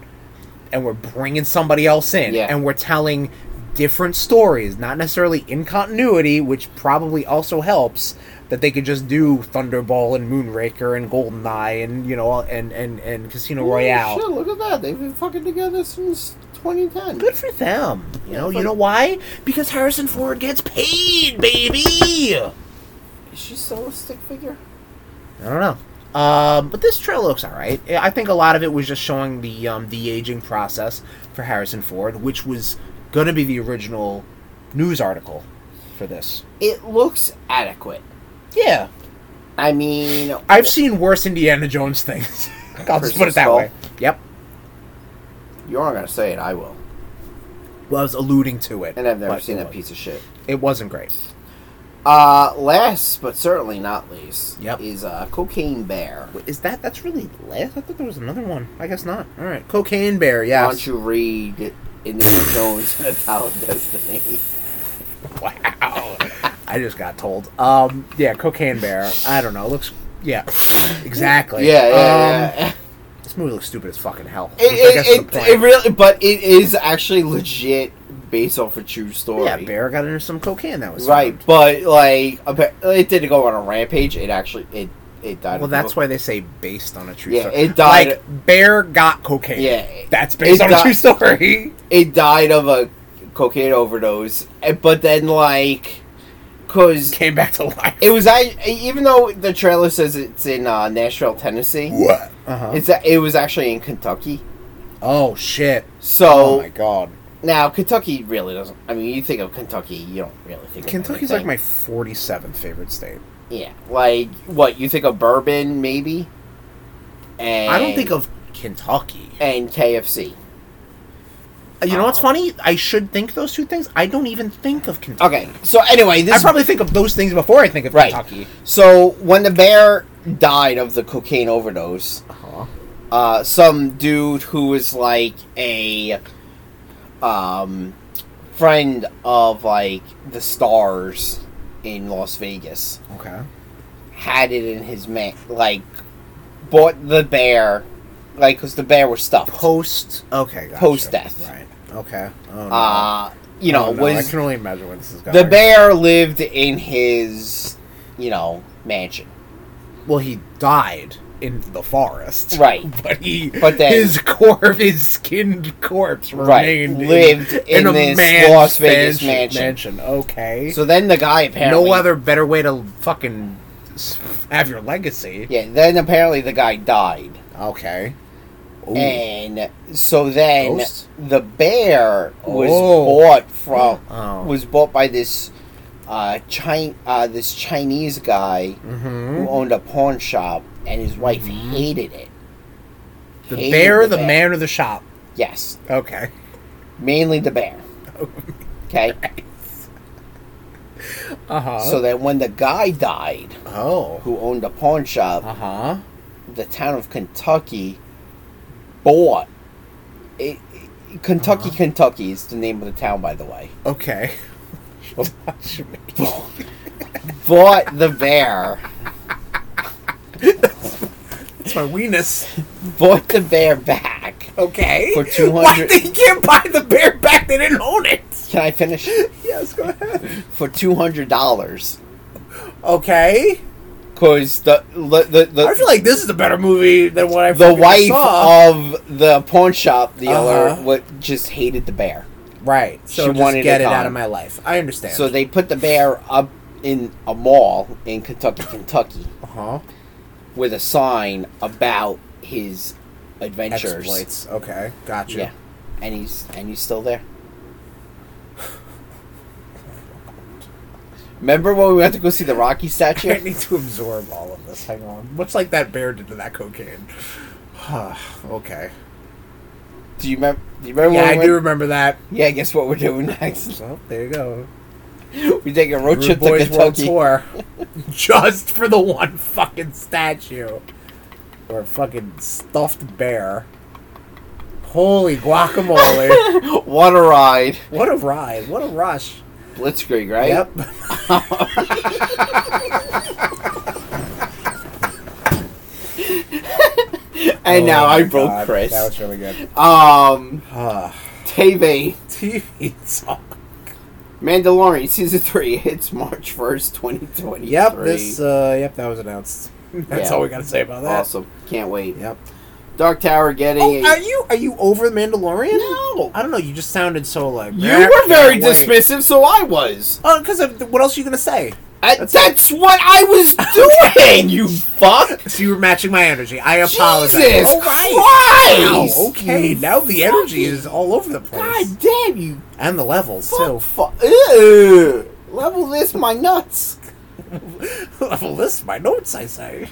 and we're bringing somebody else in
Yeah.
and we're telling different stories not necessarily in continuity which probably also helps that they could just do thunderball and moonraker and goldeneye and you know and and and casino royale
Shit, look at that. They've been fucking together since 2010.
good for them you know
Yeah,
you know why because harrison ford gets paid baby i
Is she still a stick figure?
don't know um, but this trail looks all right. I think a lot of it was just showing the um, de aging process for Harrison Ford, which was going to be the original news article for this.
It looks adequate.
Yeah.
I mean,
I've seen worse Indiana Jones things. I'll just put it that
Crystal
way. Yep.
You aren't gonna say it. I will.
Well, I was alluding to it.
And I've never
but
seen
it
that
wa-
piece of shit.
It wasn't great.
Uh, last but certainly not least,
Yep.
is uh, Cocaine Bear.
Wait, Is that that's really last? I thought there was another one. I guess not. All right, Cocaine Bear. Yes.
Why don't you read Indiana Jones and the Dial of Destiny?
Wow. I just got told. Um, yeah, Cocaine Bear. I don't know. It looks. Yeah. Exactly.
Yeah, yeah,
Um,
yeah.
This movie looks stupid as fucking hell. which I guess is
It,
the
it, it,
point.
it really, but it is actually legit based off a true story.
yeah, Bear got into some cocaine that was
Right,
found.
but like appa- it didn't go on a rampage. It actually it it died.
Well,
of
that's
coke.
why they say based on a true
Yeah,
story.
it died-
Like Bear got cocaine.
Yeah.
that's based
It
on
di-
a true story.
it died of a cocaine overdose. and- But then like, cause
Came back to life.
it was I even though the trailer says it's in uh, Nashville, Tennessee,
what? Uh huh.
it's a- it was actually in Kentucky.
Oh shit! Oh,
So
my god.
now Kentucky really doesn't. I mean, you think of Kentucky, you don't really think of
Kentucky's like
anything.
my 47th favorite state.
Yeah, like what you think of bourbon, maybe. And
I don't think of Kentucky.
and KFC.
You know what's
Oh.
funny? I should think those two things. I don't even think of Kentucky.
Okay, so anyway, this
I probably think of those things before I think of
Right.
Kentucky.
so when the bear died of the cocaine overdose,
Uh-huh.
uh, some dude who was like a um, friend of like the stars in Las Vegas
Okay.
had it in his man like bought the bear like because the bear was stuffed.
Post. Okay. Gotcha.
Post-death.
Right. Okay. Oh, no.
uh, you know
Oh, no, I
was
can only imagine what this is going.
the bear lived in his you know mansion.
Well, he died in the forest.
Right.
But he.
But then-
his corpse, his skinned corpse,
Right,
remained
lived in
in,
this
a man's
Las Vegas mansion.
mansion. Okay.
So then the guy apparently
no other better way to fucking s- have your legacy.
Yeah, then apparently the guy died.
Okay. Ooh.
And so then
Ghost?
the bear was
Oh.
bought from
Oh.
was bought by this uh, Chi- uh this Chinese guy
Mhm.
who owned a pawn shop and his wife
Mhm.
hated it.
The
Hated
bear, the man, or the shop.
Yes,
Okay.
mainly the bear. Okay.
Uh huh.
So then when the guy died
oh.
who owned a pawn shop,
Uh huh.
Uh-huh. the town of Kentucky bought it, it- Kentucky,
Uh-huh.
Kentucky is the name of the town, by the way.
Okay. Touch me.
bought the bear,
It's my weenus.
bought the bear back.
Okay.
For 200
Why they can't buy the bear back? They didn't own it.
Can I finish?
Yes, go ahead.
For two hundred dollars,
Okay.
cause the the the, the,
I feel like this is a better movie than what I
the
fucking
wife
saw.
of the pawn shop dealer
Uh-huh.
what just hated the bear,
right. So
she
just
wanted
get
it
it out
gone.
of my life. I understand.
so they put the bear up in a mall in Kentucky, Kentucky,
uh huh.
with a sign about his adventures.
Exploits. Okay. Gotcha.
Yeah, and he's and he's still there. Remember when we went to go see the Rocky
I
statue?
need to absorb all of this. Hang on. Much like that bear did to that cocaine. okay.
Do you remember? Do you remember?
Yeah,
when we
I do
went-
remember that.
Yeah, guess what we're doing next?
So there you go.
We take a road
Rude
trip to
Boys World
Kentucky.
Tour. Just for the one fucking statue. Or fucking stuffed bear. Holy guacamole.
What a ride!
what a ride. What a rush.
Blitzkrieg, right?
Yep.
And
Oh
now I
my
broke
God,
Chris.
That was really good.
Um,
Ah,
TV
TV talk.
Mandalorian season three hits March first, twenty twenty.
Yep, this, uh, yep, that was announced. That's
Yeah.
all we gotta say about that.
awesome. Can't wait.
Yep.
Dark Tower getting.
Oh,
a-
are you are you over the Mandalorian?
No.
I don't know. You just sounded so like
You
"Meh,
were very
can't wait."
dismissive, so I was.
Oh, because what else are you gonna say?
I, that's, what I was doing, you fuck!
So you were matching my energy. I apologize.
Jesus
All
Christ!
Wow, okay,
You
now the energy is all over the place,
God damn you!
and the levels
Fuck,
too.
fuck. Ew. Level this, my nuts.
Level this, my notes. I say.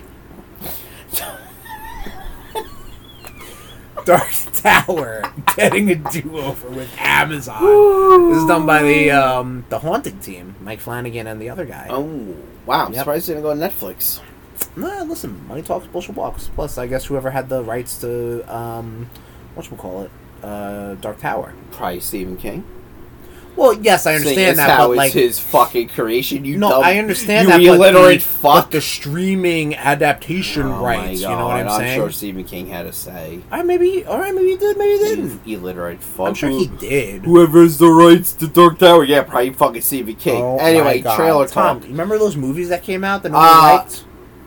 Dark Tower getting a do-over with Amazon. this is done by the um, the Haunted team, Mike Flanagan and the other guy.
Oh, wow. I'm
Yep.
surprised it didn't go on Netflix.
Nah, listen, money talks, bullshit walks. Plus, I guess whoever had the rights to um, what you call it, uh, Dark Tower.
Probably Stephen King.
Well, yes, I
Seeing
understand
as
that,
how
but
it's
like,
his fucking creation. You
no,
dumb-
I understand
you
that. but the-
illiterate fuck.
But the streaming adaptation
Oh my
rights. You know what I'm,
God,
saying?
sure Stephen King had a say.
All right, maybe. All right, maybe he did. Maybe he
You
didn't.
illiterate fuck.
I'm sure he did.
Whoever has the rights to Dark Tower, yeah, probably fucking Stephen King.
Oh my
anyway,
God.
trailer
Tom,
talk.
Remember those movies that came out that nobody
Uh,
liked?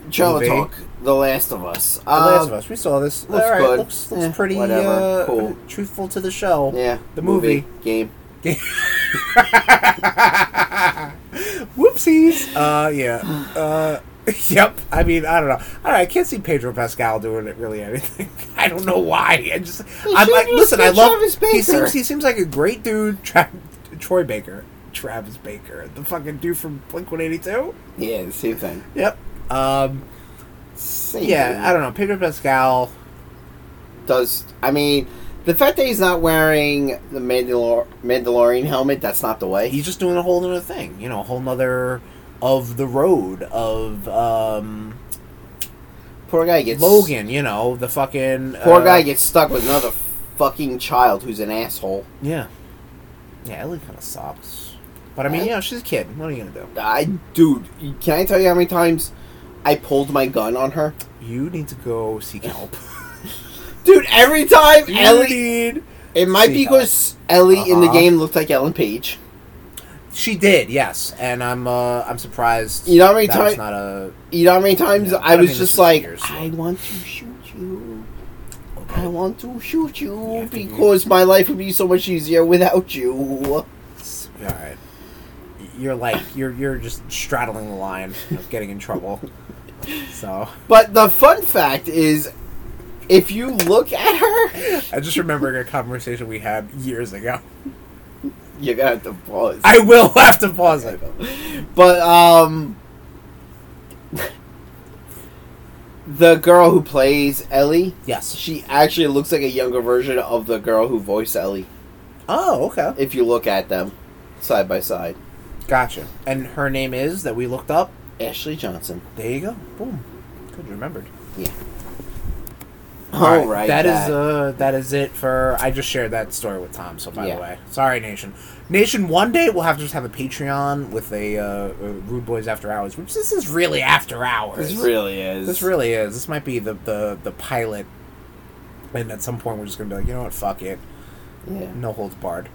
Trailer
movie.
talk. The Last of Us.
The Last of
Um,
Us. We saw this.
looks
All right,
good.
looks looks
Eh,
pretty
whatever.
uh,
Cool.
truthful to the show.
Yeah,
The movie.
game.
Whoopsies. Uh, yeah. Uh, yep. I mean, I don't know. All right, I can't see Pedro Pascal doing it really anything. I don't know why. I just, I'm
should
like,
do
listen, I
sketch
love.
Travis
He
Baker.
seems he seems like a great dude. Tra- Troy Baker, Travis Baker, the fucking dude from Blink One Eighty Two.
Yeah, the same thing.
Yep. Um.
Same
Yeah. I
thing.
don't know. Pedro Pascal.
Does I mean the fact that he's not wearing the Mandalor- Mandalorian helmet? That's not the way.
he's just doing a whole nother thing, you know, a whole nother of the road of um
Poor guy gets
Logan, you know, the fucking
Poor
uh,
guy gets stuck with another fucking child who's an asshole.
Yeah. Yeah, Ellie kinda sucks. But I mean, you know, she's a kid. What are you gonna do?
I, dude, can I tell you how many times I pulled my gun on her?
You need to go seek help.
Dude, every time
You
Ellie,
need-
it might be
seek help.
because Ellie in the
Uh-huh.
game looked like Ellen Page.
She did, yes. And I'm uh I'm surprised
You know how many
that was
times-
not a
You know how many times
Yeah,
I
but I
was
mean, this
just
was
like,
years ago.
I want to shoot you. I
okay,
want to shoot you
Yeah, I think you-
because my life would be so much easier without you.
alright. You're like you're you're just straddling the line of getting in trouble. So
But the fun fact is, if you look at her,
I just remembering a conversation we had years ago.
you're gonna have to pause.
I will have to pause it.
But um, the girl who plays Ellie,
Yes.
she actually looks like a younger version of the girl who voiced Ellie.
Oh, okay.
If you look at them side by side,
Gotcha. And her name is that we looked up.
Ashley Johnson.
There you go. Boom. Good remembered.
All right,
Oh, that is uh that is it for I just shared that story with Tom, so by
Yeah.
the way. Sorry, Nation. Nation, one day we'll have to just have a Patreon with a uh, Rude Boys After Hours, which this is really after hours.
this really is
This really is. This might be the, the, the pilot. And at some point we're just gonna be like, you know what, fuck it.
Yeah.
No holds barred.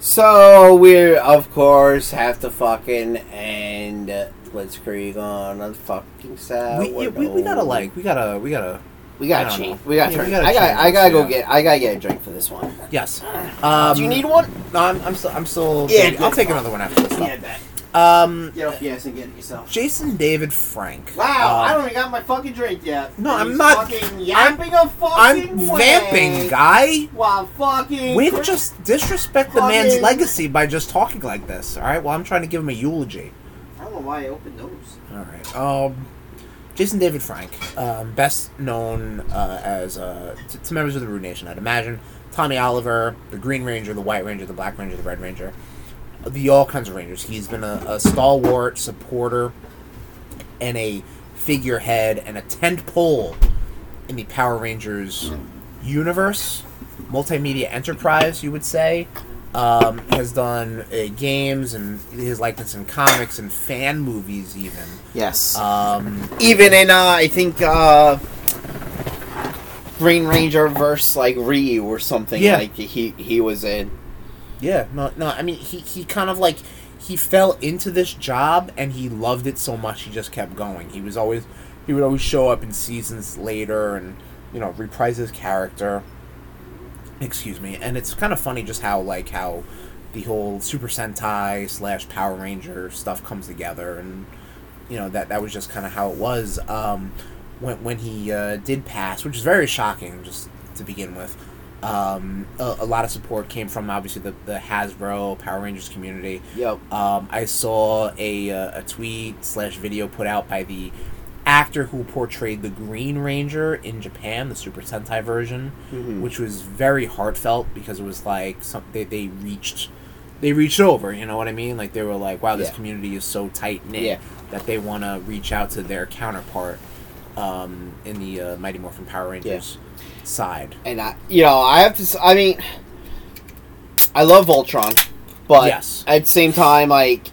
So we of course have to fucking end Let's Creek on a fucking side.
we, yeah, we, we gotta like we gotta we gotta
we
I
gotta
don't
change.
know.
We gotta
Yeah, we
turn.
gotta
I got.
change
I
this,
gotta go
yeah.
get. I gotta get a drink for this one.
yes. Um,
Do you need one?
No, I'm, I'm, still, I'm still.
Yeah,
taking- I'll
good.
take another one after this. Though.
that.
Um,
Get off your ass and get it yourself.
Jason David Frank.
Wow, I
Um,
don't even got my fucking drink yet.
No,
And
I'm
he's
not-
Fucking yapping a fucking
I'm
way
vamping, guy.
While fucking.
Way to
Chris-
just disrespect the man's
Fucking-
legacy by just talking like this. All right. Well, I'm trying to give him a eulogy.
I don't know why I opened those.
All right. Um, Jason David Frank, um, best known uh, as uh, t- to members of the Rude Nation, I'd imagine. Tommy Oliver, the Green Ranger, the White Ranger, the Black Ranger, the Red Ranger, the all kinds of Rangers. He's been a, a stalwart supporter and a figurehead and a tent pole in the Power Rangers universe, multimedia enterprise, you would say. Um, has done uh, games and his likeness in comics and fan movies, even.
Yes.
Um,
Uh, even in uh, I think uh, Green Ranger verse like Ryu or something
Yeah.
like he he was in.
yeah, no, no. I mean, he he kind of like he fell into this job and he loved it so much he just kept going. He was always he would always show up in seasons later and you know reprise his character. Excuse me, and it's kind of funny just how like how the whole Super Sentai slash Power Ranger stuff comes together and you know that that was just kind of how it was um, when when he uh, did pass, which is very shocking just to begin with. Um, a, a lot of support came from obviously the, the Hasbro Power Rangers community.
Yep.
Um, I saw a uh, a tweet slash video put out by the at actor who portrayed the Green Ranger in Japan, the Super Sentai version,
Mhm.
which was very heartfelt because it was like some, they, they reached they reached over, you know what I mean? Like they were like, wow, this
Yeah.
community is so tight knit
Yeah.
that they want to reach out to their counterpart um, in the uh, Mighty Morphin Power Rangers side.
and I, you know, I have to. s- I mean, I love Voltron, but
Yes.
at the same time, like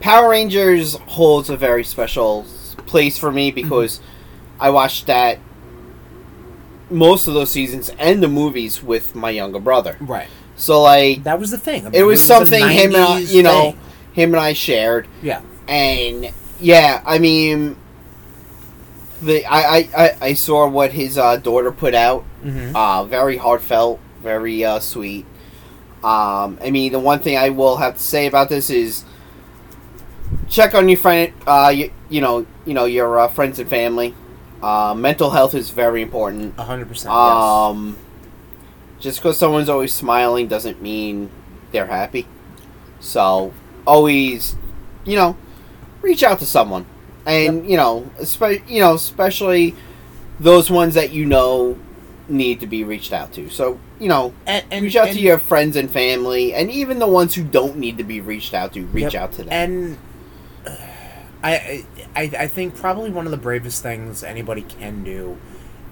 Power Rangers holds a very special s- place for
Mm-hmm.
me because I watched that most of those seasons and the movies with my younger brother.
Right.
So like,
That was the thing. I mean,
it was,
a
something him and I,
90s
you know,
thing.
him and I shared
Yeah.
and yeah, I mean, the I I, I, I saw what his uh, daughter put out.
Mhm.
Uh, very heartfelt, very uh, sweet. Um, I mean, the one thing I will have to say about this is check on your friend. Uh, you, you know, you know your uh, friends and family. Uh, mental health is very important.
A hundred percent. yes.
Um, just because someone's always smiling doesn't mean they're happy. So always, you know, reach out to someone, and you know, espe- you know, especially those ones that you know need to be reached out to. So you know,
And, and,
reach out
and-
to your friends and family, and even the ones who don't need to be reached out to, reach
Yep.
out to them.
And uh, I, I, I think probably one of the bravest things anybody can do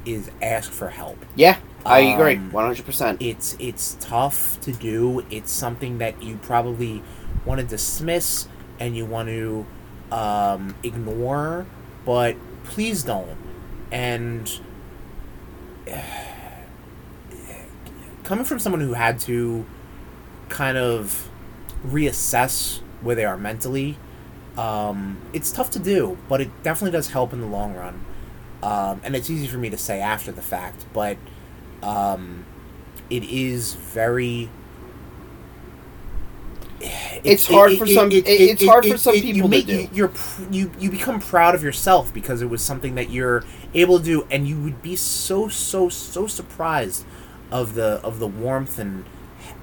is ask for help.
yeah, I agree,
Um,
one hundred percent.
It's it's tough to do. It's something that you probably want to dismiss and you want to um, ignore, but please don't. And coming from someone who had to kind of reassess where they are mentally, um, it's tough to do, but it definitely does help in the long run. Um, and it's easy for me to say after the fact, but um, it is very.
It's hard for some- it- it's hard for some
you
people to
make-
do.
You're pr- you you become proud of yourself because it was something that you're able to do, and you would be so so so surprised of the of the warmth and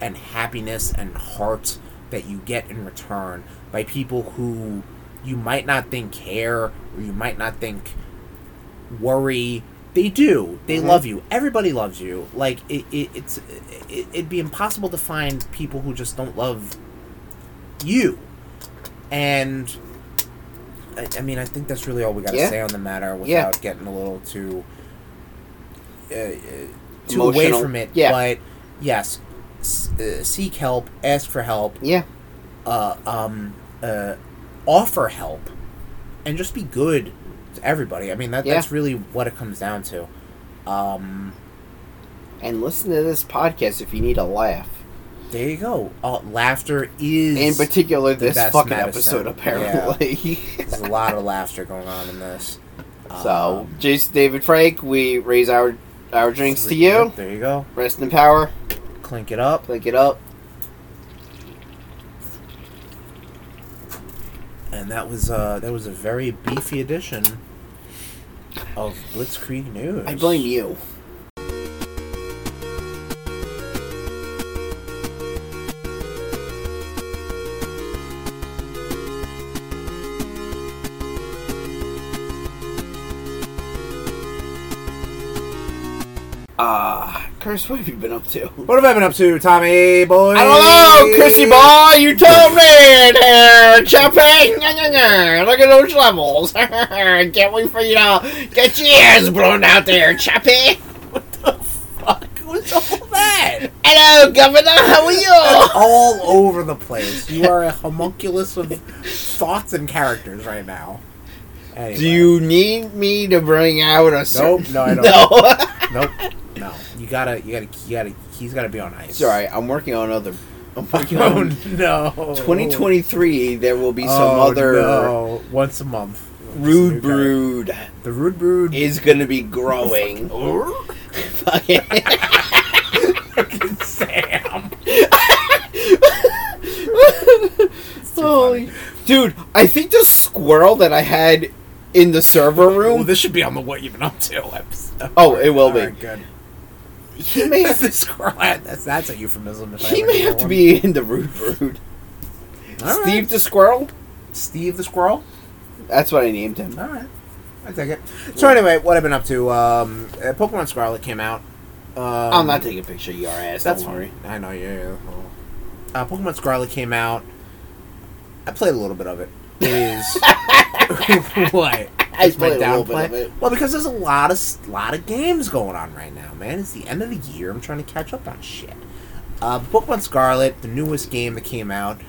and happiness and heart that you get in return by people who you might not think care or you might not think worry. They do. They
Mhm.
love you. Everybody loves you. Like it, it it's it, it'd be impossible to find people who just don't love you. And I, I mean, I think that's really all we got to
Yeah.
say on the matter without
Yeah.
getting a little too uh, uh, too away
Emotional.
from it.
Yeah.
But yes, s- uh, seek help, ask for help,
Yeah,
uh, um, uh, offer help, and just be good to everybody. I mean, that,
Yeah.
that's really what it comes down to. Um,
and listen to this podcast if you need a laugh.
there you go. Uh, laughter is
In particular,
the
this
best
fucking
medicine.
episode, apparently.
There's a lot of laughter going on in this.
so,
Um,
Jason David Frank, we raise our our drinks to you.
There you go.
Rest in power.
Clink it up.
Click it up.
And that was uh, that was a very beefy edition of Blitzkrieg News.
I blame you. Ah, Chris, what have you been up to?
What have I been up to, Tommy boy?
I don't know, Chrissy boy. You told me there, chopping. Look at those levels. Can't wait for you to get your ears blown out there, choppy.
What the fuck was all that?
Hello, Governor. How are you?
all over the place. You are a homunculus of thoughts and characters right now. Anyway.
Do you need me to bring out a
Nope.
certain-
No, I don't.
No.
Nope. No. You gotta. You gotta. You gotta. He's gotta be on ice.
Sorry, I'm working on other. I'm working
Oh
on
no.
2023. There will be some
Oh,
other
no. once a month. New
rude
guy.
brood
The rude brood.
is going to be growing. Fucking-
Sam.
Holy. Dude, I think the squirrel that I had in the server
Well,
room,
this should be on the what you've been up to episode.
Oh, it will be.
Alright, good.
he may have,
this squirrel. That's that's a euphemism. If I
he
ever
may
hear
have to
one.
be in the Rude Brood.
All right.
Steve the squirrel?
Steve the squirrel.
That's what I named him.
All right. I take it. So anyway, what I've been up to? Um, uh, Pokemon Scarlet came out. Um,
I'm not taking a picture of your ass.
That's
don't worry.
fine. I know you. Uh, Pokemon Scarlet came out. I played a little bit of it. It is what?
I
Is my
played a little bit
downplay?
of it.
Well, because there's a lot of s- lot of games going on right now, man. It's the end of the year. I'm trying to catch up on shit. Uh, Pokemon Scarlet, the newest game that came out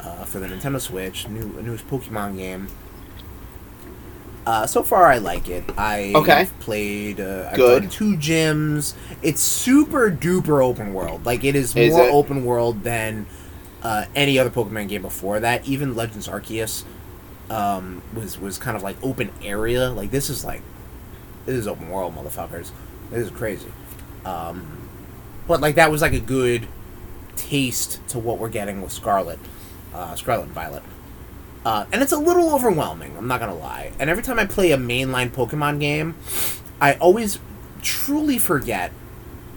uh, for the Nintendo Switch, new newest Pokemon game. Uh, so far, I like it. I
Okay.
played. Uh, I've
Good.
done two gyms. It's super duper open world. Like it is,
Is
more
it?
open world than uh, any other Pokemon game before that. Even Legends Arceus um, was was kind of like open area. Like this is like this is open world, motherfuckers. This is crazy. Um, but like that was like a good taste to what we're getting with Scarlet, uh, Scarlet and Violet. Uh, and it's a little overwhelming. I'm not gonna lie. And every time I play a mainline Pokemon game, I always truly forget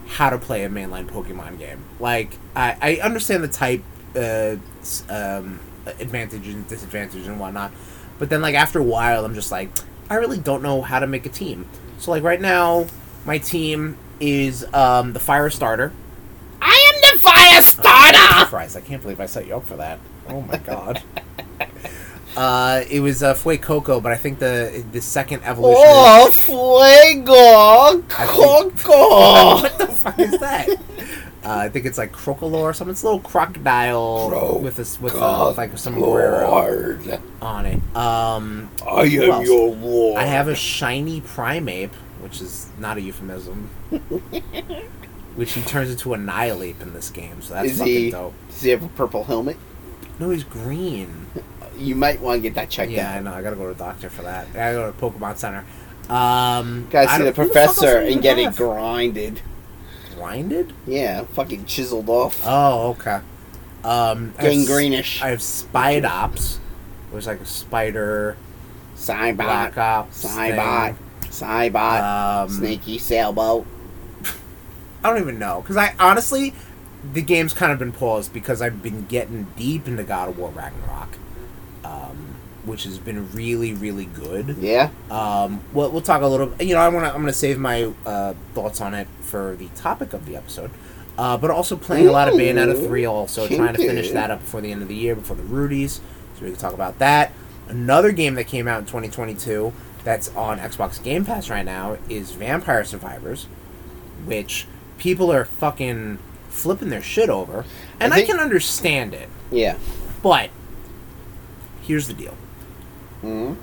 how to play a mainline Pokemon game. Like I, I understand the type uh, s- um, advantage and disadvantage and whatnot, but then like after a while, I'm just like, I really don't know how to make a team. So like right now, my team is um, the Fire Starter.
I am the fire starter.
Christ, I can't believe I set you up for that. Oh my god. Uh, it was uh, Fue Coco, but I think the the second evolution.
Oh, fuego, coco.
what the fuck is that? Oh. Uh, I think it's like crocodile or something. It's a little crocodile with this with, uh, with like some guerrero
Lord,
on it. Um,
I am
Who else?
your lord.
I have a shiny primeape, which is not a euphemism, which he turns into a nihilape in this game. So that's
Is
fucking
he-
dope.
Does he have a purple helmet?
No, he's green.
You might want to get that checked
Yeah, I
out.
know. I gotta go to the doctor for that. I gotta go to Pokemon Center. Um,
Gotta
I
see
don't-
the
who fuck else
professor
do you
and get it
have?
grinded.
blinded.
Yeah, fucking chiseled off.
Oh, okay. Um, I have s-
Gangrenish.
I have Spide Ops, which like a spider, Black
Cybot.
Ops,
Cybot.
thing.
Cybot.
Um,
Snaky sailboat.
I don't even know because I honestly, the game's kind of been paused because I've been getting deep into God of War Ragnarok, um, which has been really, really good.
Yeah?
Um, we'll, we'll talk a little. You know, I want to. I'm going to save my uh, thoughts on it for the topic of the episode. Uh, but also playing a lot of Bayonetta
Ooh,
three. Also trying to finish
kinky.
that up before the end of the year, before the Rudies. So we can talk about that. Another game that came out in 2022 that's on Xbox Game Pass right now is Vampire Survivors, which people are fucking flipping their shit over, and
I
I
think-
can understand it.
Yeah.
But here's the deal
Mm-hmm.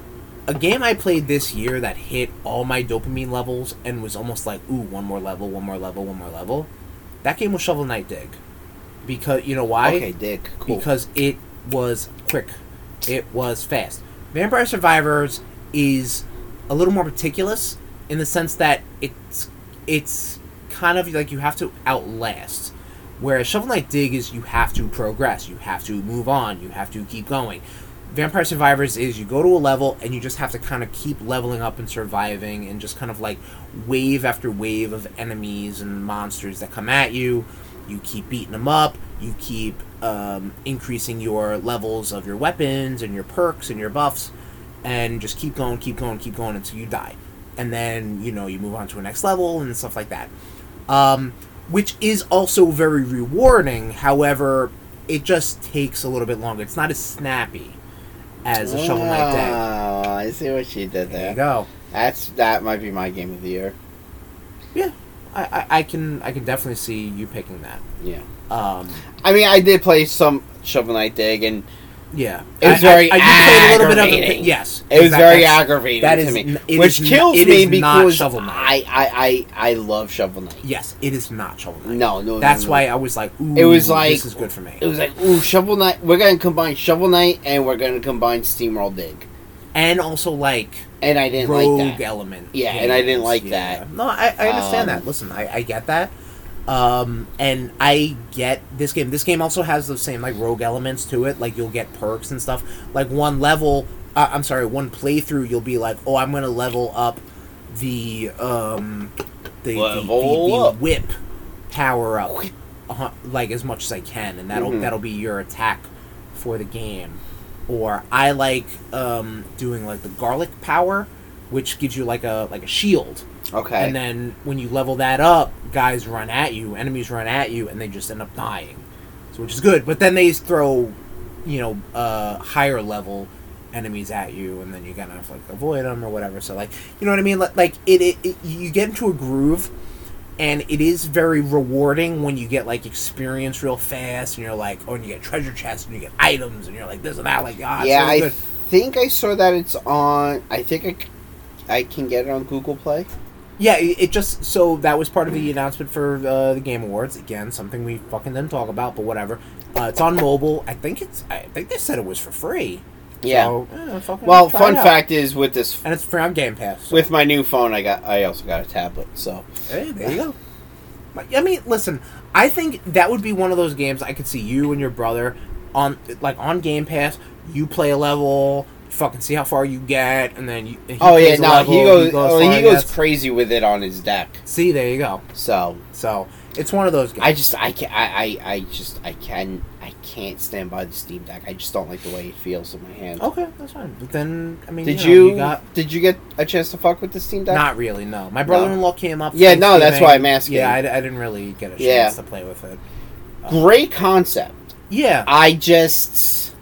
a game I played this year that hit all my dopamine levels and was almost like, ooh, one more level, one more level, one more level. That game was Shovel Knight Dig. Because, you know why?
Okay, Dick. Cool.
Because it was quick, it was fast. Vampire Survivors is a little more meticulous in the sense that it's it's kind of like you have to outlast. Whereas Shovel Knight Dig is you have to progress, you have to move on, you have to keep going. Vampire Survivors is you go to a level and you just have to kind of keep leveling up and surviving and just kind of like wave after wave of enemies and monsters that come at you. You keep beating them up, you keep um, increasing your levels of your weapons and your perks and your buffs, and just keep going, keep going, keep going until you die. And then, you know, you move on to a next level and stuff like that um, which is also very rewarding. However, it just takes a little bit longer. It's not as snappy as a Shovel Knight Day.
Oh, I see what you did
There you
there.
go.
That's that might be my game of the year.
I, I, I can I can definitely see you picking that.
Yeah.
Um,
I mean, I did play some Shovel Knight Dig, and
yeah,
It was very
you played a little bit of
aggravating.
the, yes.
it was
exact-
very
that's-
aggravating
that
to
is
me,
n- it
which
is n-
kills
it
me
is not
because
Shovel
I,
Knight.
I I I love Shovel Knight.
Yes, it is not Shovel Knight.
No, no, no,
That's
no.
why I was like, ooh,
It was like-
this is good for me.
It was like, ooh, Shovel Knight. We're gonna combine Shovel Knight and we're gonna combine Steamroll Dig,
and also like
and I didn't
rogue
like that.
element.
Yeah, and I didn't
games,
like
yeah.
that.
No, I, I understand
Um,
that. Listen, I, I get that. Um, and I get this game. This game also has those same like rogue elements to it. Like you'll get perks and stuff. Like one level, uh, I'm sorry, one playthrough, you'll be like, oh, I'm gonna level up the um the, the,
Level
the- the
up.
whip power up uh, like as much as I can, and that'll
Mhm.
that'll be your attack for the game. Or I like um, doing like the garlic power, which gives you like a like a shield.
Okay.
And then when you level that up, guys run at you, enemies run at you, and they just end up dying. So which is good. But then they throw, you know, uh, higher level enemies at you, and then you kind of like avoid them or whatever. So like, you know what I mean? Like, like it, it, it you get into a groove. And it is very rewarding when you get like experience real fast, and you're like, oh, and you get treasure chests, and you get items, and you're like this and that, like ah, it's
yeah,
really
I
good.
think I saw that it's on. I think I, c- I can get it on Google Play.
Yeah, it, it just so that was part of the announcement for uh, the Game Awards. Again, something we fucking didn't talk about, but whatever. Uh, it's on mobile. I think it's. I think they said it was for free.
Yeah.
So, eh, fucking
well,
try
fun
it out.
fact is with this
And it's free on Game Pass. so-
with my new phone, I got I also got a tablet. So
Hey, there you go. But, I mean, listen. I think that would be one of those games I could see you and your brother on, like on Game Pass. You play a level, fucking see how far you get, and then you. and he
oh yeah,
plays a
no,
level,
he goes
as
oh,
far
he
as
goes
that's-
crazy with it on his deck.
See, there you go.
So
So it's one of those games.
I just I can I, I I just I can I can't stand by the Steam Deck. I just don't like the way it feels in my hand.
Okay, that's fine. But then, I mean,
Did
you, know,
you,
you got
did you get a chance to fuck with the Steam Deck?
not really. No, my brother-in-law came up.
Yeah, no, that's
Thanksgiving.
why I'm asking.
Yeah, I, I didn't really get a chance
Yeah.
to play with it. Uh,
Great concept.
Yeah,
I just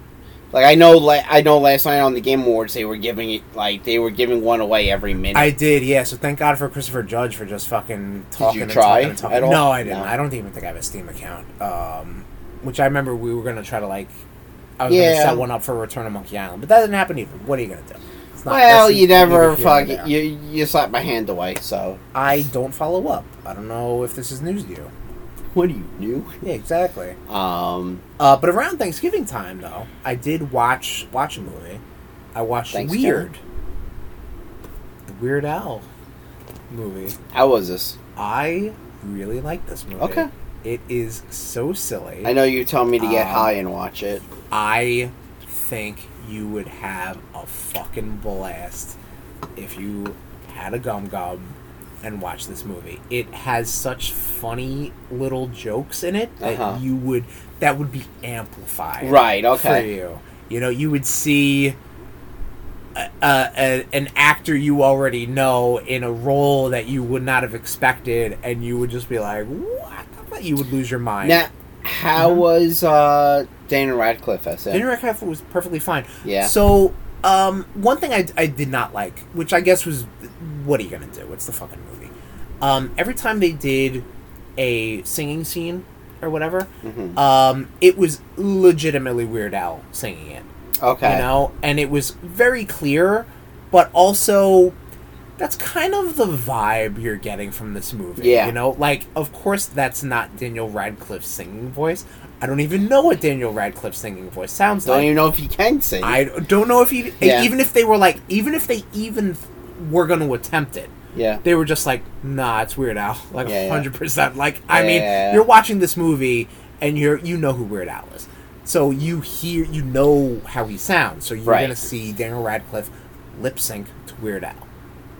like I know like I know last night on the Game Awards they were giving it like they were giving one away every minute.
I did. Yeah, so thank God for Christopher Judge for just fucking talking.
you
and
try
talking and talking.
at all?
No, I didn't.
No.
I don't even think I have a Steam account. Um, which I remember we were gonna try to like. I was
Yeah.
gonna set one up for Return of Monkey Island, but that didn't happen either. What are you gonna do? It's not-
well,
that's
you never
neither here nor
fuck
there.
you you slapped my hand away. So
I don't follow up. I don't know if this is news to you.
what do you do?
Yeah, exactly.
Um,
Uh, but around Thanksgiving time, though, I did watch watch a movie. I watched
Thanksgiving?
Weird, the Weird Al movie.
how was this?
I really like this movie.
Okay.
it is so silly.
I know you told me to get
Um,
high and watch it.
I think you would have a fucking blast if you had a gum gum and watched this movie. It has such funny little jokes in it that
Uh-huh.
you would that would be amplified.
Right,
For
okay.
you, you know, you would see. A, a, an actor you already know in a role that you would not have expected, and you would just be like, "What?" the fuck?" You would lose your mind.
Now, how
Mhm.
was uh, Dana Radcliffe as
Daniel
it?
Radcliffe was perfectly fine.
Yeah.
So, um, one thing I, I did not like, which I guess was, what are you gonna do? It's the fucking movie. Um, every time they did a singing scene or whatever,
Mhm.
um, it was legitimately Weird Al singing it.
Okay.
You know, and it was very clear, but also that's kind of the vibe you're getting from this movie.
Yeah.
You know, like of course that's not Daniel Radcliffe's singing voice. I don't even know what Daniel Radcliffe's singing voice sounds
Don't
like.
even know if he can sing.
I don't know if he
Yeah.
even if they were like even if they even were going to attempt it.
yeah.
They were just like, "Nah, it's Weird Al." Like
Yeah, yeah.
100%. Like I mean,
Yeah.
you're watching this movie and you're you know who Weird Al is. So you hear you know how he sounds. So you're
Right.
going to see Daniel Radcliffe lip sync to Weird Al.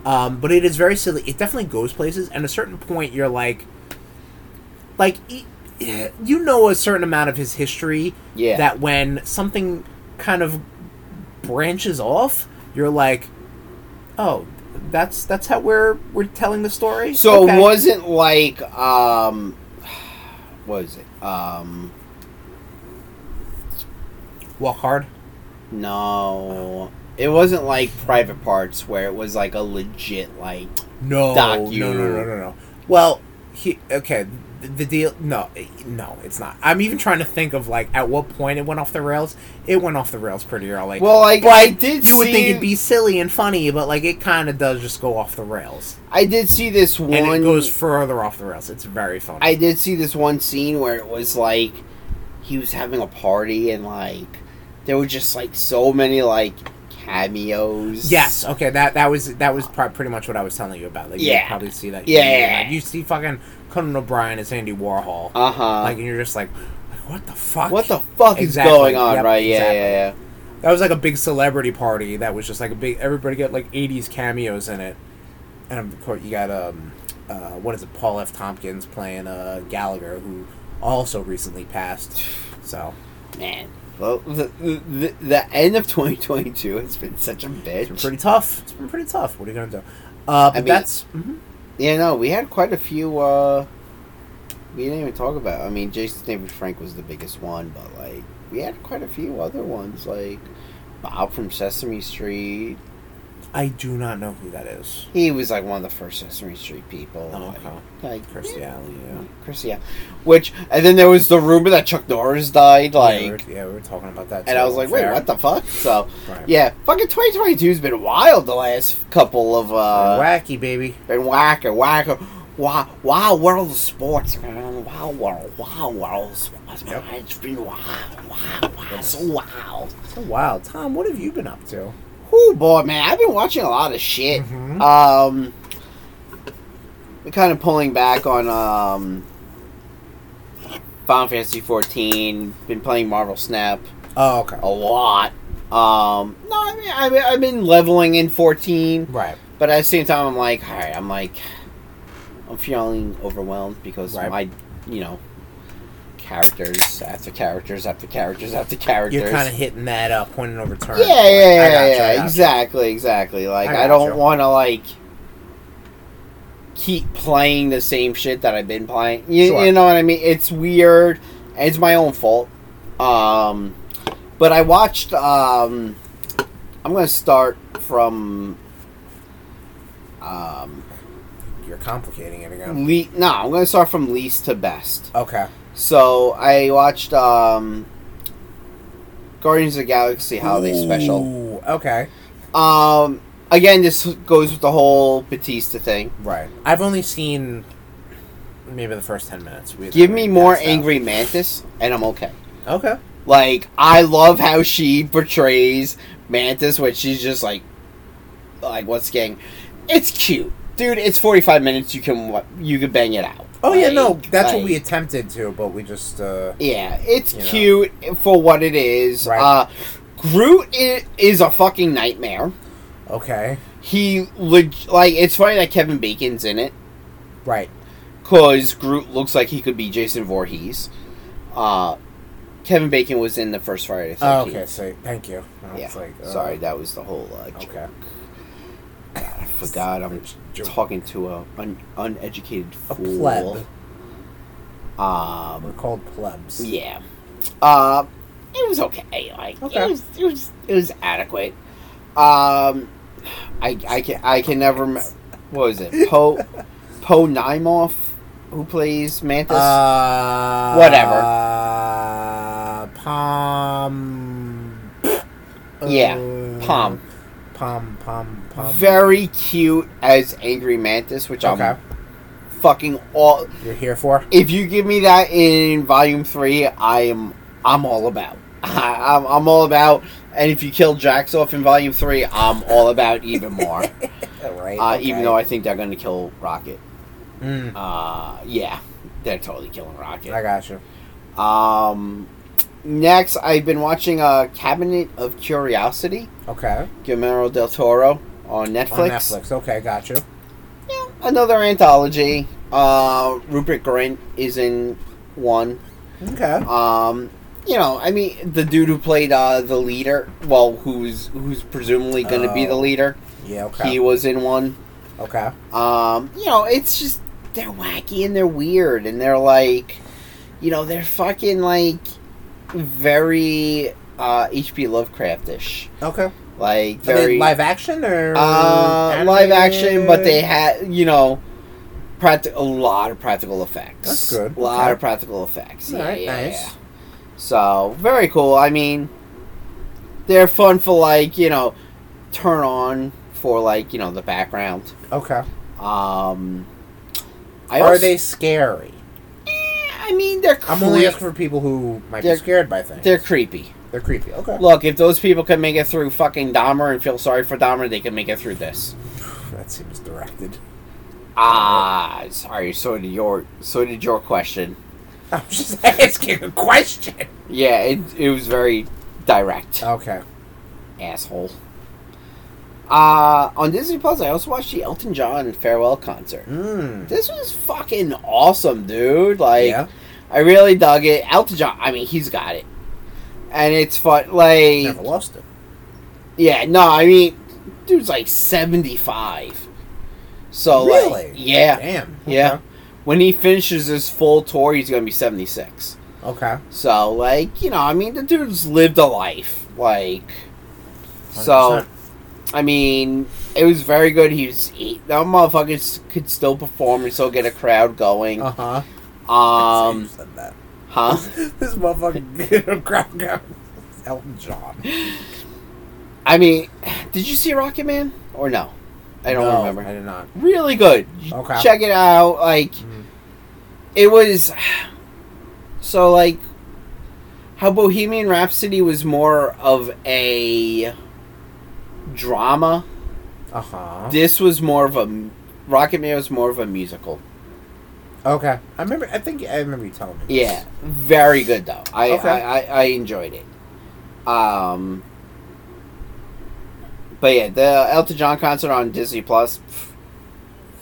Um, but it is very silly. It definitely goes places and at a certain point you're like like e- you know a certain amount of his history
Yeah.
that when something kind of branches off, you're like, "Oh, that's that's how we're we're telling the story."
So
Okay.
it wasn't like um, what was it? Um,
Walk Hard?
no, it wasn't like Private Parts where it was like a legit like.
No,
Docu.
no, no, no, no, no. Well, he okay. The, the deal? No, eh, no, it's not. I'm even trying to think of like at what point it went off the rails. It went off the rails pretty early.
Well, like I did.
you would
see-
think it'd be silly and funny, but like it kind of does just go off the rails,
I did see this one.
and it goes further off the rails. It's very funny.
I did see this one scene where it was like he was having a party and like there were just like so many like cameos.
Yes. Okay. That that was that was pr- pretty much what I was telling you about. Like,
Yeah.
You probably see that.
Yeah,
you-
yeah,
like,
yeah.
you see fucking Conan O'Brien and Sandy Warhol.
Uh huh.
like, and you're just like, like, what the fuck?
what the fuck
Exactly,
is going on?
yep,
right? Yeah,
exactly.
yeah,
That was like a big celebrity party. That was just like a big. Everybody got like '80s cameos in it. And of course, you got um, uh, what is it? Paul F. Tompkins playing uh Gallagher, who also recently passed. So
yeah. Man, Well, the, the, the end of 2022 has been such a bitch.
It's been pretty tough. It's been pretty tough. What are you gonna do? Uh, but
mean-
that's mhm.
Yeah, no, we had quite a few. uh We didn't even talk about. I mean, Jason David Frank was the biggest one, but like we had quite a few other ones, like Bob from Sesame Street.
I do not know who that is.
He was like one of the first Sesame Street people.
Oh,
like,
okay.
like
Kirstie Alley, yeah.
Chris, yeah. Which and then there was the rumor that Chuck Norris died, like,
yeah, we were, yeah, we were talking about that.
and
too,
I was like,
off
wait,
air.
what the fuck? So
Right.
yeah, fucking 2022's been wild the last couple of uh
wacky baby.
been whacking, whacking. Wow, wow, world of sports, man. Wow, world, wow, world of sports, man. It's been wild, wow, wow, so wild.
So wild, Tom. What have you been up to?
Oh boy, man, I've been watching a lot of shit.
Mhm.
Um, we're kind of pulling back on um, Final Fantasy 14. Been playing Marvel Snap
Oh, okay.
a lot. Um, no, I mean, I mean, I've been leveling in 14.
Right.
But at the same time, I'm like, all right, I'm like, I'm feeling overwhelmed because
Right.
my, you know, characters after characters after characters after characters.
You're kind of hitting that uh, point of no return.
yeah, yeah,
Like, I
yeah,
got you, I
yeah,
got you.
exactly, exactly. Like,
I got
I, don't
you.
want to like keep playing the same shit that I've been playing. You,
Sure.
you know what I mean? It's weird. and It's my own fault. Um, but I watched. Um, I'm gonna start from. Um,
You're complicating it again.
Le- no, I'm going to start from least to best.
Okay.
So I watched um, Guardians of the Galaxy Holiday Special.
Ooh, Okay.
Um, again, this goes with the whole Batista thing.
Right. I've only seen maybe the first ten minutes. We
Give me more
passed out.
angry Mantis, and I'm okay.
Okay.
Like I love how she portrays Mantis when she's just like, like what's getting. It's cute, dude. It's 45 minutes. You can wa- you can bang it out.
Oh yeah, no,
Like-
that's what
like-
we attempted to, but we just uh
Yeah, it's
You know.
cute for what it is.
Right.
Uh, Groot is, is a fucking nightmare.
okay.
He leg- like it's funny that Kevin Bacon's in it
Right.
because Groot looks like he could be Jason Voorhees. Uh, Kevin Bacon was in the first Friday. the
Oh,
13th.
okay, so thank you. I was
Yeah.
like, uh,
Sorry, that was the whole. Uh, joke.
Okay.
I forgot. I'm
Joke.
talking to a un- uneducated
A
fool.
pleb.
Um,
We're called plebs.
Yeah. Uh, it was okay. Like
Okay.
it was, it was, it was adequate. Um, I, I can, I can never. Me- what was it? Poe, Poe Nimoff, who plays Mantis.
Uh,
Whatever.
Uh, palm.
Yeah,
uh,
Palm.
Palm. Palm. Palm.
Um, Very cute as Angry Mantis, which
Okay.
I'm fucking all.
You're here for.
If you give me that in Volume Three, I am, I'm all about. I, I'm, I'm all about. And if you kill Jax off in Volume Three, I'm all about even more.
All right.
Uh,
okay.
Even though I think they're going to kill Rocket.
Mm,
Uh, yeah, they're totally killing Rocket.
I got you.
Um, next, I've been watching uh, Cabinet of Curiosity,
Okay.
Guillermo del Toro on Netflix.
On Netflix. Okay, got you.
Yeah, another anthology. Uh, Rupert Grint is in one.
Okay.
Um, you know, I mean, the dude who played uh, the leader, well, who's who's presumably going to be the
Oh,
leader,
Yeah. Okay.
he was in one.
okay.
Um, you know, it's just they're wacky and they're weird and they're like, you know, they're fucking like very uh H.P. Lovecraftish,
Okay. Are
like
they
very
live action or
uh, live action, but they
animated?
had you know. Practi- a lot of practical effects.
That's good.
A lot
Okay.
of practical effects. Yeah,
Alright,
yeah,
nice.
yeah. So very cool. I mean, they're fun for like you know, turn on for like you know the background.
Okay.
Um, I
Are
also-
they scary?
Eh, I mean, they're
I'm only
creep-
asking for people who might
They're-
be scared by things.
they're creepy.
They're creepy. Okay.
Look, if those people can make it through fucking Dahmer and feel sorry for Dahmer, they can make it through this.
That seems directed.
Ah, sorry. So did your so did your question.
I'm just asking a question.
Yeah, it it was very direct,
Okay.
asshole. Uh, on Disney Plus, I also watched the Elton John farewell concert.
Mm.
This was fucking awesome, dude. Like,
Yeah.
I really dug it. Elton John, I mean, he's got it. and it's fun. Like,
Never lost it.
yeah, no, I mean, dude's like seventy five. So
Really?
like, yeah,
Damn. okay.
yeah. When he finishes his full tour, he's gonna be seventy six.
Okay.
So like, you know, I mean, the dude's lived a life. Like, so
100%.
I mean, it was very good. He was he, that motherfucker s- could still perform and still get a crowd going.
Uh huh.
um, uh,
said that.
huh?
this motherfucking crowd got Elton John.
I mean, did you see Rocket Man or no? I don't
No,
remember.
I did not.
really good.
Okay.
Check it out. Like
Mhm.
it was so like how Bohemian Rhapsody was more of a drama.
Uh huh.
This was more of a Rocket Man was more of a musical.
Okay. I remember. I think I remember you telling me. this.
Yeah, very good though. I
Okay.
I, I, I enjoyed it. Um, but yeah, the Elton John concert on Disney Plus, f-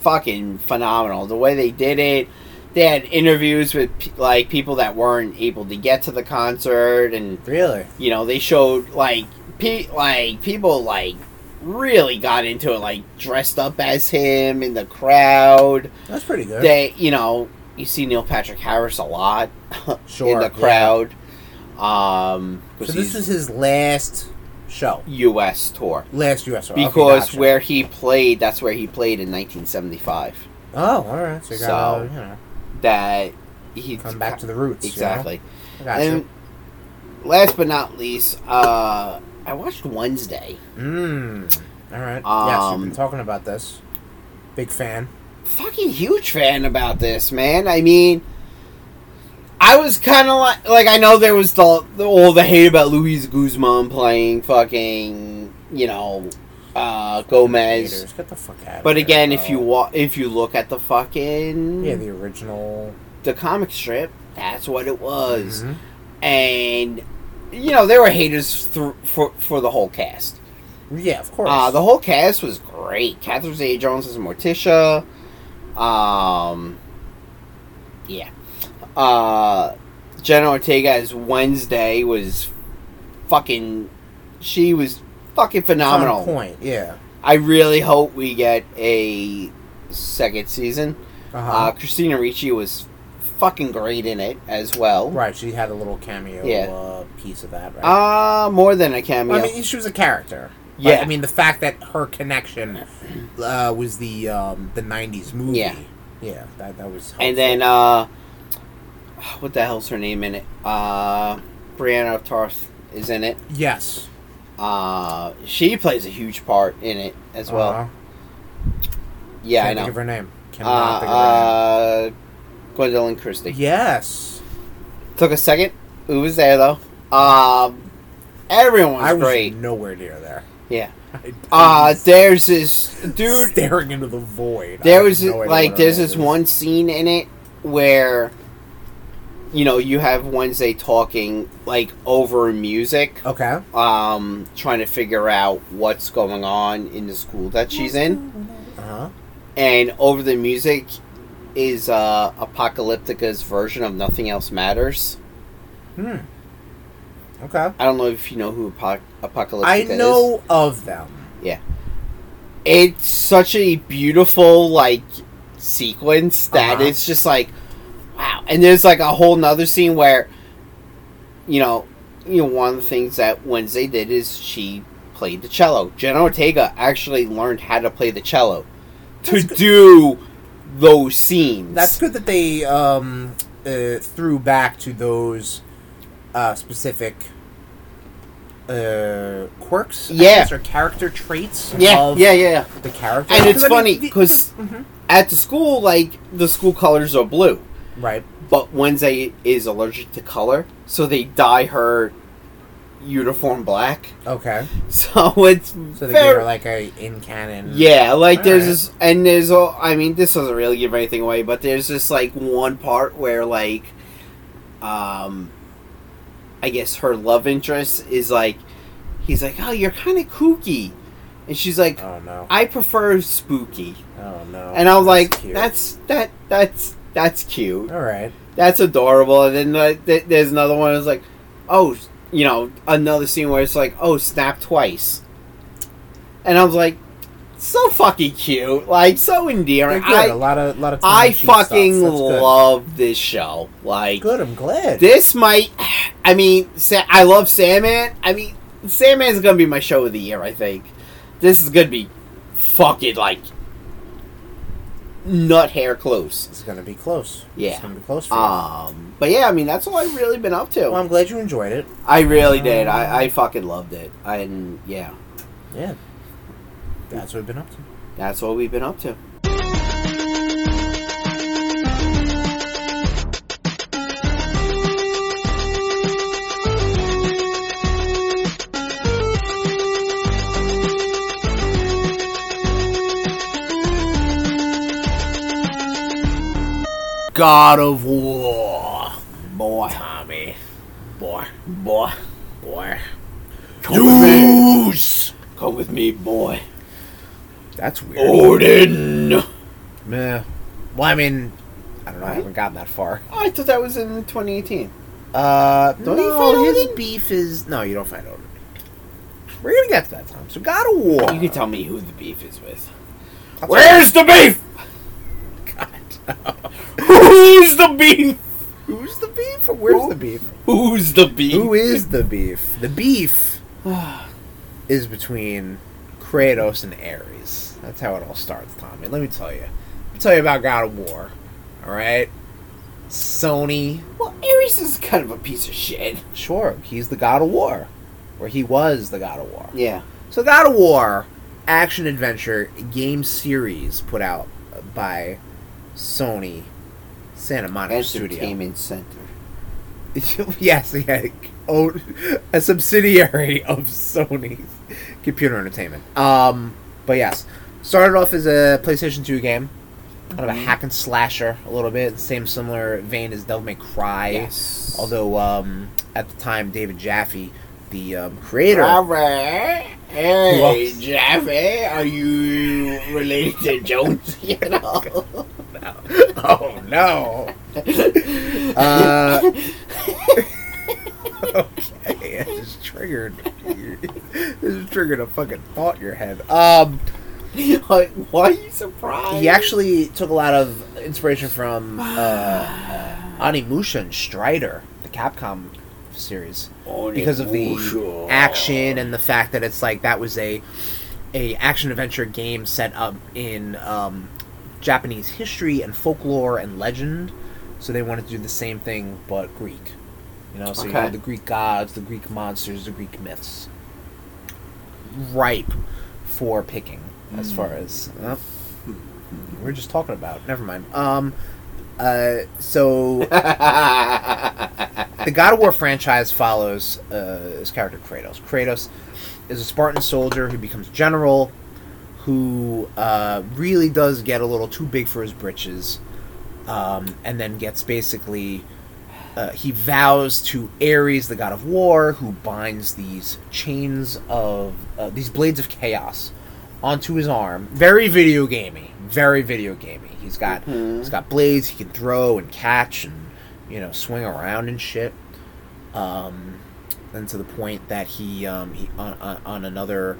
fucking phenomenal. The way they did it, they had interviews with pe- like people that weren't able to get to the concert, and
Really?
you know they showed like pe- like people like really got into it, like dressed up as him in the crowd
That's pretty good.
they you know you see Neil Patrick Harris a lot in
Sure, yeah.
the crowd. Um,
so
because
this
he's
was his last show,
U.S. tour
last U.S. show. Okay,
because
gotcha.
where he played, that's where he played in 1975.
Oh, all right. So you
So-
gotta you know
That he
come back to the roots. you know?
exactly.
I gotcha.
And last but not least, uh, I watched Wednesday.
Mm. All right. yes, you've
Um,
been talking about this. Big fan.
fucking huge fan about this, man. I mean, I was kind of like, like I know there was the, the all the hate about Luis Guzman playing fucking, you know, uh, Gomez.
Haters, Get the fuck out.
But
of
again,
here,
if
bro.
you wa- if you look at the fucking
yeah, the original
the comic strip, that's what it was,
Mhm.
and you know there were haters thr for for the whole cast.
Yeah, of course.
Uh, the whole cast was great. Catherine Zeta Jones as Morticia. Um, yeah. Uh, Jenna Ortega as Wednesday was fucking. She was fucking
On
phenomenal.
point. Yeah.
I really hope we get a second season.
Uh-huh.
Uh, Christina Ricci was fucking great in it as well.
Right. She had a little cameo
Yeah.
uh, piece of that. Right.
Uh, more than a cameo.
I mean, she was a character.
Yeah.
But, I mean, the fact that her connection uh, was the um, the '90s movie.
Yeah.
Yeah. That that was. Helpful.
And then, uh, what the hell's her name in it? Uh, Brianna Tarth is in it.
Yes.
Uh, she plays a huge part in it as well.
Uh-huh. Can't
Yeah, I
Think
know.
of her name.
Uh,
Cannot think of
uh, Gwendolyn Christie.
her name. Yes.
Took a second. Who was there though? Um, everyone's
I was
great.
nowhere near there.
Yeah.
I- I
Uh,
was
there's this dude.
staring into the void. I
there
had
was
no idea what
like
her
there's
name
this
was.
one scene in it where you know you have wednesday talking like over music
Okay.
um trying to figure out what's going on in the school that she's in
Uh huh.
and over the music is uh apocalyptica's version of nothing else matters
Hmm. Okay.
i don't know if you know who Apoc- apocalyptica
I
is
know of them.
it's such a beautiful like sequence that
Uh-huh.
it's just like wow and there's like a whole nother scene where you know you know one of the things that wednesday did is she played the cello jenna ortega actually learned how to play the cello to do those scenes
That's good that they um, uh, threw back to those uh, specific uh, quirks. I
Yeah.
guess, or character traits.
yeah
of
yeah yeah yeah
The character.
and it's
I mean,
funny
the-
because
Mhm.
at the school like the school colors are blue
right.
But Wednesday is allergic to color, so they dye her uniform black.
Okay.
So it's
So they gave
very
her like a in canon.
yeah, like there's
Alright.
this, and there's all. I mean, this doesn't really give anything away, but there's this like one part where like, um, I guess her love interest is like, he's like, oh, you're kind of kooky, and she's like,
Oh no.
I prefer spooky,
Oh no.
and I was like,
cute.
that's that that's that's cute.
all right.
That's adorable. And then the, th- there's another one that's like, oh, you know, another scene where it's like, oh, snap twice. And I was like, so fucking cute. Like, so endearing.
They're good. a
I,
lot of lot of. tongue
I
in cheek stuff.
fucking
That's good.
love this show. Like,
Good. I'm glad.
this might. I mean, Sa- I love Sandman. I mean, Sandman's gonna be my show of the year. I think this is gonna be fucking like nut hair close.
It's gonna be close.
Yeah.
It's gonna be close. For you.
Um, but yeah, I mean, that's all I've really been up to.
Well, I'm glad you enjoyed it.
I really did. I, I fucking loved it. And yeah,
Yeah. That's what I've been up to.
that's what we've been up to.
God of War.
Boy, Tommy, boy, boy, boy, come
News.
with me, come with me, boy.
That's weird.
Odin.
Meh. Well, I mean, I don't know. I
Right?
haven't gotten that far.
I thought that was in 2018.
Uh,
Don't you
no,
find
his
Odin?
beef is no. You don't find Odin. We're gonna get to that time. So God of War.
You can tell me who the beef is with.
Where's the beef?
Who's the beef?
Who's the beef? Or where's
Who?
the beef?
Who's the beef?
Who is the beef? The beef is between Kratos and Ares. That's how it all starts, Tommy. Let me tell you. Let me tell you about God of War. All right. Sony.
Well, Ares is kind of a piece of shit.
Sure, he's the God of War, or he was the God of War.
Yeah.
So, God of War action adventure game series put out by Sony Santa Monica Studio.
Entertainment Center.
yes, yeah, oh, a subsidiary of Sony's computer entertainment. Um, but yes, started off as a PlayStation Two game, kind of a hack and slasher a little bit, same similar vein as Devil May Cry.
Yes.
Although um, at the time, David Jaffe, the um, creator,
All right. Hey,
Well-
Jaffe, are you related to Jones? You know?
oh no, uh, okay, it just triggered, this triggered a fucking thought in your head. Um,
Like, Why are you surprised?
he actually took a lot of inspiration from uh, Animusha and Strider, the Capcom series. because of the action and the fact that it's like that was a a action adventure game set up in um, Japanese history and folklore and legend. So they wanted to do the same thing but Greek. You know, so you
Okay.
had the Greek gods, the Greek monsters, the Greek myths. Ripe for picking as far as uh, we we're just talking about. Never mind. Um uh so the God of War franchise follows uh, his character Kratos. Kratos is a Spartan soldier who becomes general, who uh, really does get a little too big for his britches, um, and then gets basically. Uh, he vows to Ares, the god of war, who binds these chains of uh, these blades of chaos onto his arm. Very video gamey. Very video gamey. He's got he's got blades he can throw and catch and you know swing around and shit. Um, and to the point that he um, he on, on, on another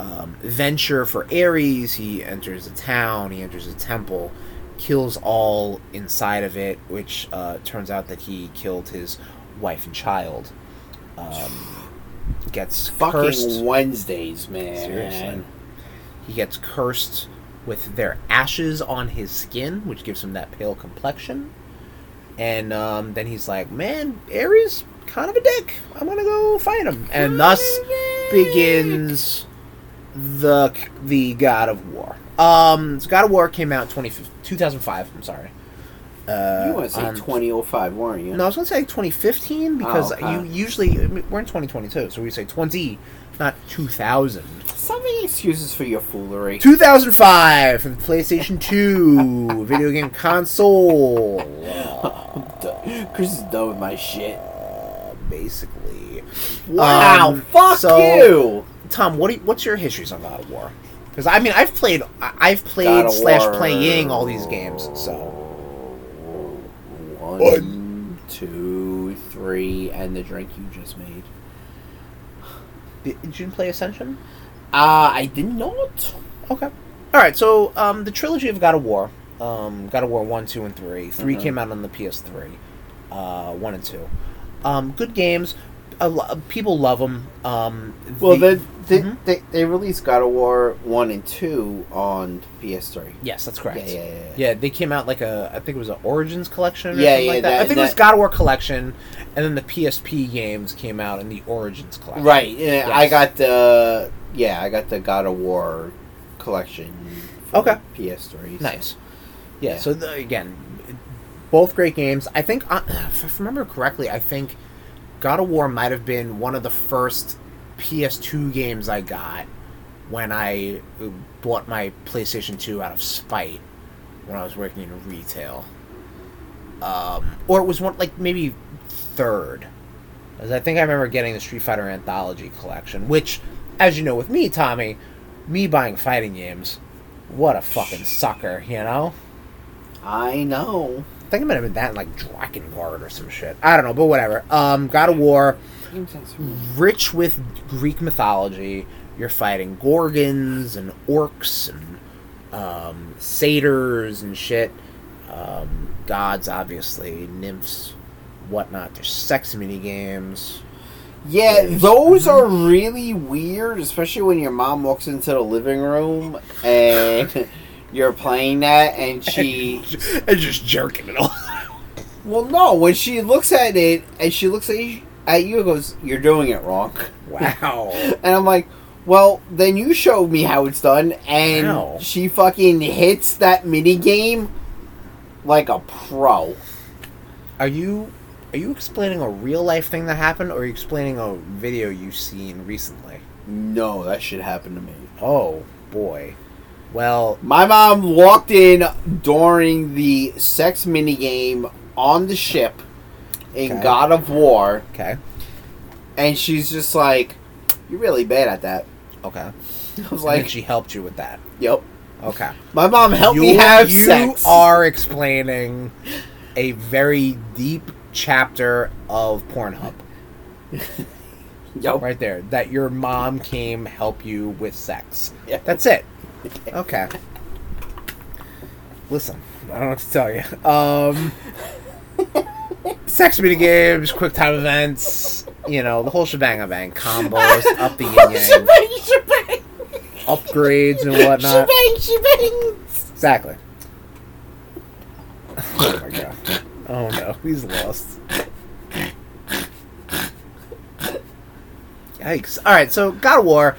um, venture for Ares, he enters a town, he enters a temple, kills all inside of it, which uh, turns out that he killed his wife and child. Um, gets
fucking
cursed.
Wednesdays, man.
Seriously. He gets cursed with their ashes on his skin, which gives him that pale complexion. And um, then he's like, man, Ares, kind of a dick. I'm going to go fight him. And thus begins the the God of War. Um, so God of War came out in 20, 2005, I'm sorry. Uh,
You want to say
on-
2005, weren't you?
no, I was gonna say 2015 because
Oh, okay.
you usually I mean, we're in 2022, so we say 20, not 2000.
So many excuses for your foolery.
2005 for the PlayStation 2 video game console.
Duh. Chris is done with my shit.
Uh, basically,
Wow,
Um,
fuck
so-
you!
Tom, what do you, what's your histories on God of War? Because I mean, I've played, I- I've
God
played
of
slash
War.
playing all these games, so
One, two, three, and the drink you just made. Did you play Ascension? Uh, I did not.
Okay.
All right, so um, the trilogy of God of War, um, God of War one, two, and three. 3
Mhm.
came out on the PS3, uh, one and two. Um, good games. A lo- people love them. Um,
Well,
the- Mm-hmm.
then
they-
they,
they released God of War one and two on PS3.
Yes, that's correct.
Yeah, yeah, yeah.
Yeah, they came out like a I think it was an Origins collection. Or
Yeah,
something
yeah,
like that.
that-
I think it was
that-
God of War collection, and then the PSP games came out in the Origins collection.
Right. Yeah, I
Yes.
got the yeah, I got the God of War collection. For
Okay.
PS3.
Nice. Yeah.
Yeah.
So the, again, both great games. I think uh, if I remember correctly, I think God of War might have been one of the first PS2 games I got when I uh, bought my PlayStation 2 out of spite when I was working in retail. Um, or it was one like maybe third. As I think I remember getting the Street Fighter Anthology collection, which, as you know, with me, Tommy, me buying fighting games, what a fucking sucker, you know?
I know.
I think it might have been that and like Dragon Guard or some shit. I don't know, but whatever. Um, God of War, rich with Greek mythology. You're fighting gorgons and orcs and um, satyrs and shit. Um, gods, obviously, nymphs, whatnot. There's sex mini games.
Yeah, those are really weird, especially when your mom walks into the living room and you're playing that and she
And just jerking it all.
Well no, when she looks at it and she looks at you at you and goes, You're doing it wrong.
Wow.
And I'm like, well, then you show me how it's done. And
Wow.
she fucking hits that mini game like a pro.
Are you are you explaining a real life thing that happened, or are you explaining a video you've seen recently?
No, that shit happened to me.
Oh boy. Well,
My mom walked in during the sex mini game on the ship in
Okay.
God of War,
okay,
and she's just like, "You're really bad at that."
okay.
I was
Like
like,
she helped you with that.
"Yep."
Okay.
My mom helped me
You-
have
you
sex.
are explaining a very deep chapter of Pornhub
Yep.
right there. That your mom came help you with sex.
Yeah.
That's it. Okay. Listen, I don't know what to tell you. Um, sex mini games, quick time events, you know, the whole shebang of bang combos, up the yin yang,
shebang,
upgrades and
shebang,
whatnot.
shebang, shebang.
Exactly. Oh my god. Oh no, he's lost. Yikes. Alright, so God of War.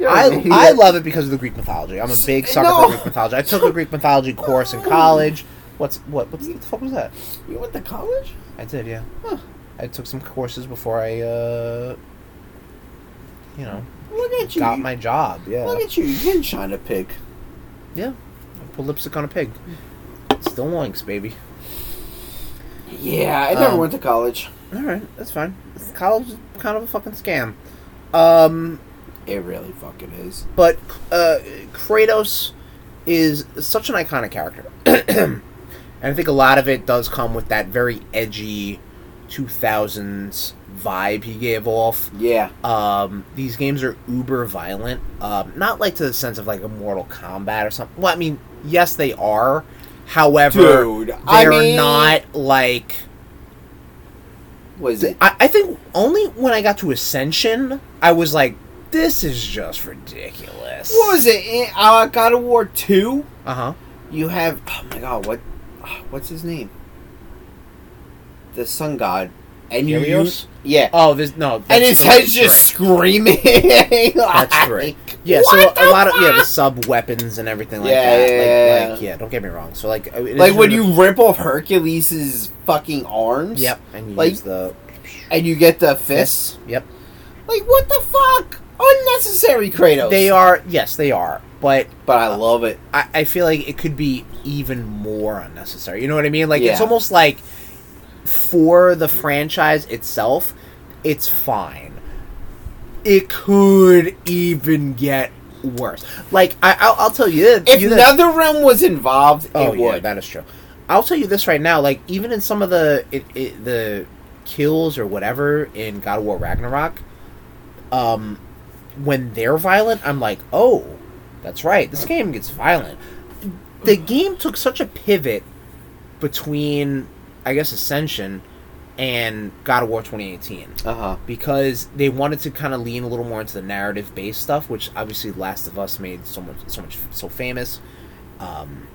I, I love it because of the Greek mythology. I'm a big sucker
No.
for Greek mythology. I took a Greek mythology course in college. What's what? What's the fuck was that?
You went to college?
I did, yeah.
Huh.
I took some courses before I, uh, you know,
Look at you.
got my uh, job. Yeah,
Look at you. You didn't shine a pig.
yeah. I put lipstick on a pig. Still links, baby.
Yeah, I never
Um,
went to college.
All right, that's fine. College is kind of a fucking scam. Um,
It really fucking is.
but uh, Kratos is such an iconic character, and I think a lot of it does come with that very edgy 2000s vibe he gave off.
Yeah.
Um, these games are uber violent, um, not like to the sense of like a Mortal Kombat or something. Well, I mean, yes, they are. However,
Dude, I
they're
mean,
not like
Was it?
I, I think only when I got to Ascension, I was like, this is just ridiculous.
What was it? In, uh, God of War 2?
Uh huh.
You have. Oh my god, what? ah, What's his name? The sun god. And you
Helios?
use. Yeah.
Oh, this no.
and
that's
his
the-
head's just screaming.
That's
That's
great. Yeah, so a lot of yeah, the sub weapons and everything like
Yeah,
that.
yeah,
like,
yeah,
like
yeah.
yeah, don't get me wrong. So like, it is
Like when
sort of-
you rip off Hercules' fucking arms.
yep, and you
like-
use the
And you get the fists.
yep.
Like, what the fuck? Unnecessary Kratos.
They are Uh, yes, they are, but
But I love it.
I, I feel like it could be even more unnecessary. You know what I mean? Like it's
Yeah.
almost like for the franchise itself, it's fine. It could even get worse. Like I, I'll, I'll tell you, th-
If
you this.
NetherRealm was involved,
oh
it
yeah,
would.
that is true. I'll tell you this right now. Like even in some of the it, it, the kills or whatever in God of War Ragnarok, um, when they're violent, I'm like, oh, that's right. This game gets violent. The game took such a pivot between, I guess, Ascension and God of War 2018
Uh huh.
because they wanted to kind of lean a little more into the narrative based stuff, which obviously Last of Us made so much so much so famous. Um,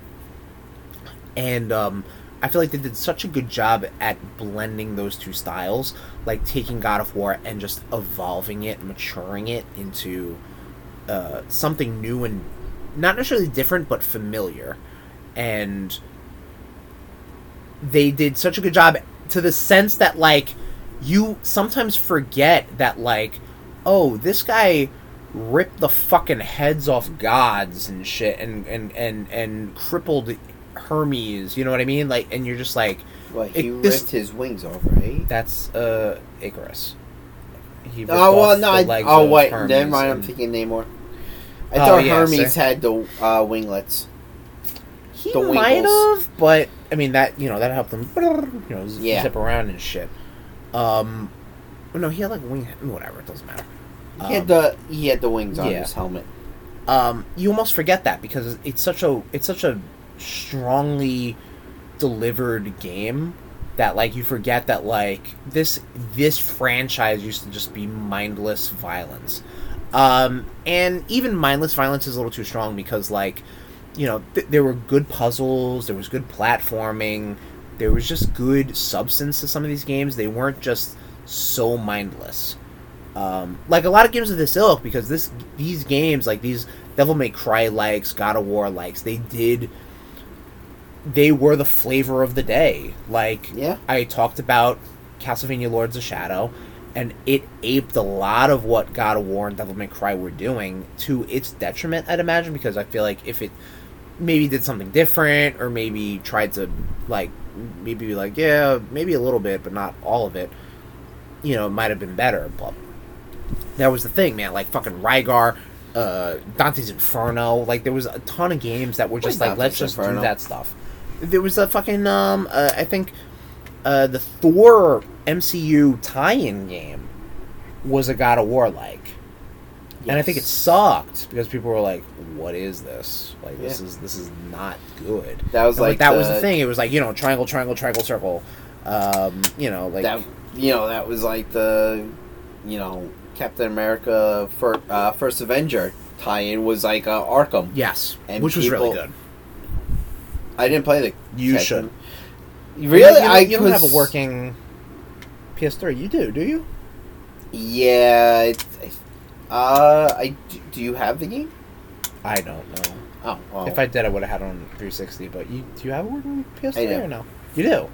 and um, I feel like they did such a good job at blending those two styles, like taking God of War and just evolving it, maturing it into uh, something new and not necessarily different, but familiar. And they did such a good job to the sense that like you sometimes forget that like oh this guy ripped the fucking heads off gods and shit and and and and crippled Hermes you know what I mean like and you're just like
Well, he
It-
ripped
this-
his wings off, right?
that's uh Icarus he ripped
Oh well,
off
no.
the
I,
legs
oh
of
wait,
Hermes
never mind. I'm
and-
thinking Namor. I
Oh,
thought
yeah,
Hermes
so-
had the uh, winglets.
He
the
might
Winkles.
have, but I mean that you know that helped him, you know, z-
Yeah.
zip around and shit. Um, well, no, he had like wing. Whatever, it doesn't matter.
He had
Um,
the he had the wings on
yeah.
his helmet.
um, you almost forget that because it's such a it's such a strongly delivered game that like you forget that like this this franchise used to just be mindless violence um and even mindless violence is a little too strong because like you know th- there were good puzzles there was good platforming there was just good substance to some of these games they weren't just so mindless um, like a lot of games of this ilk because this these games like these Devil May Cry likes God of War likes they did they were the flavor of the day like
Yeah.
I talked about Castlevania Lords of Shadow and it aped a lot of what God of War and Devil May Cry were doing to its detriment I'd imagine because I feel like if it maybe did something different or maybe tried to like maybe be like yeah maybe a little bit but not all of it you know it might have been better but that was the thing man like fucking Rygar uh Dante's Inferno like there was a ton of games that were just
Wait,
like
Dante's
let's just do
Inferno.
that stuff there was a fucking um uh, I think uh the Thor MCU tie-in game was a God of War like and I think it
Yes.
sucked because people were like, "What is this? Like this
Yeah.
is this is not good."
That was
And,
like
that was the
the-
thing. It was like you know triangle, triangle, triangle, circle. Um, you know, like
that you know that was like the you know Captain America fir- uh, first Avenger tie-in was like uh, Arkham.
yes,
and
which was really
people-
good.
I didn't play the.
You
Captain-
should
Really,
You, don't-
I
you don't have a
was-
working PS3. You do, do you?
Yeah. It, I- uh, I do- do you have the game?
I don't know.
Oh, well,
If I did, I would have had it on 360. But you, do you have a working PS3
I do.
or no? You do. All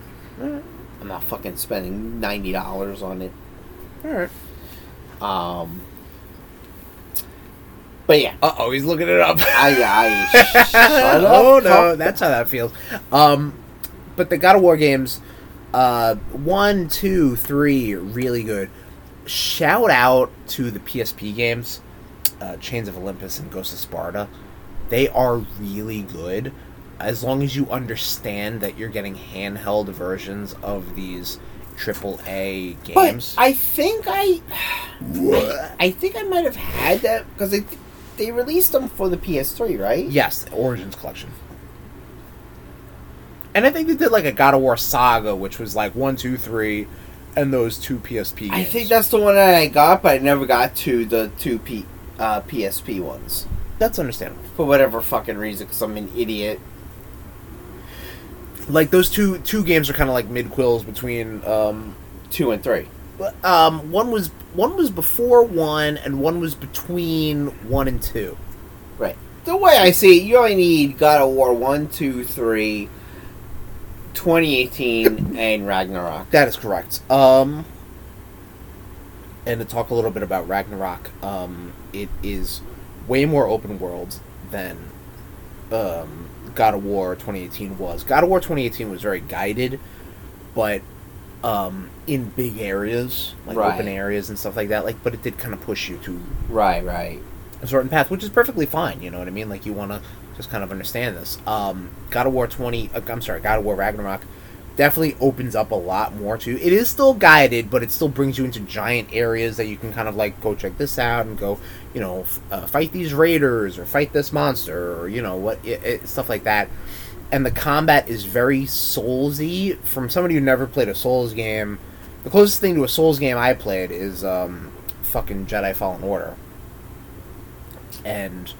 right.
I'm not fucking spending ninety dollars on it.
All right.
Um. But yeah,
Uh oh, he's looking it up.
I I shut up.
oh no,
Fuck.
that's how that feels. Um, but the God of War games, uh, one, two, three, really good. Shout out to the PSP games, uh, Chains of Olympus and Ghost of Sparta. They are really good, as long as you understand that you're getting handheld versions of these triple A games.
But I think I, I, I think I might have had that because they they released them for the PS3, right?
Yes, Origins Collection. And I think they did like a God of War Saga, which was like one, two, three, and those two PSP games.
I think that's the one that I got, but I never got to the two P, uh, PSP ones
that's understandable.
for whatever fucking reason. Because I'm an idiot.
Like those two two games are kind of like mid quills between um,
Two and three.
But, um, one was one was before one, and one was between one and two.
Right. The way I see it, you only need God of War 1, 2, 3, 2018, and Ragnarok.
That is correct. Um, and to talk a little bit about Ragnarok, um, it is way more open world than um, God of War 2018 was. God of War 2018 was very guided, but um, in big areas, like
Right.
open areas and stuff like that. Like, but it did kind of push you to
Right, right.
a certain path, which is perfectly fine. You know what I mean? Like you want to just kind of understand this. Um, God of War twenty. Uh, I'm sorry, God of War Ragnarok definitely opens up a lot more to. It is still guided, but it still brings you into giant areas that you can kind of like go check this out and go, you know, f- uh, fight these raiders or fight this monster or you know what it, it, stuff like that. And the combat is very soulsy. From somebody who never played a Souls game, the closest thing to a Souls game I played is um, fucking Jedi Fallen Order. And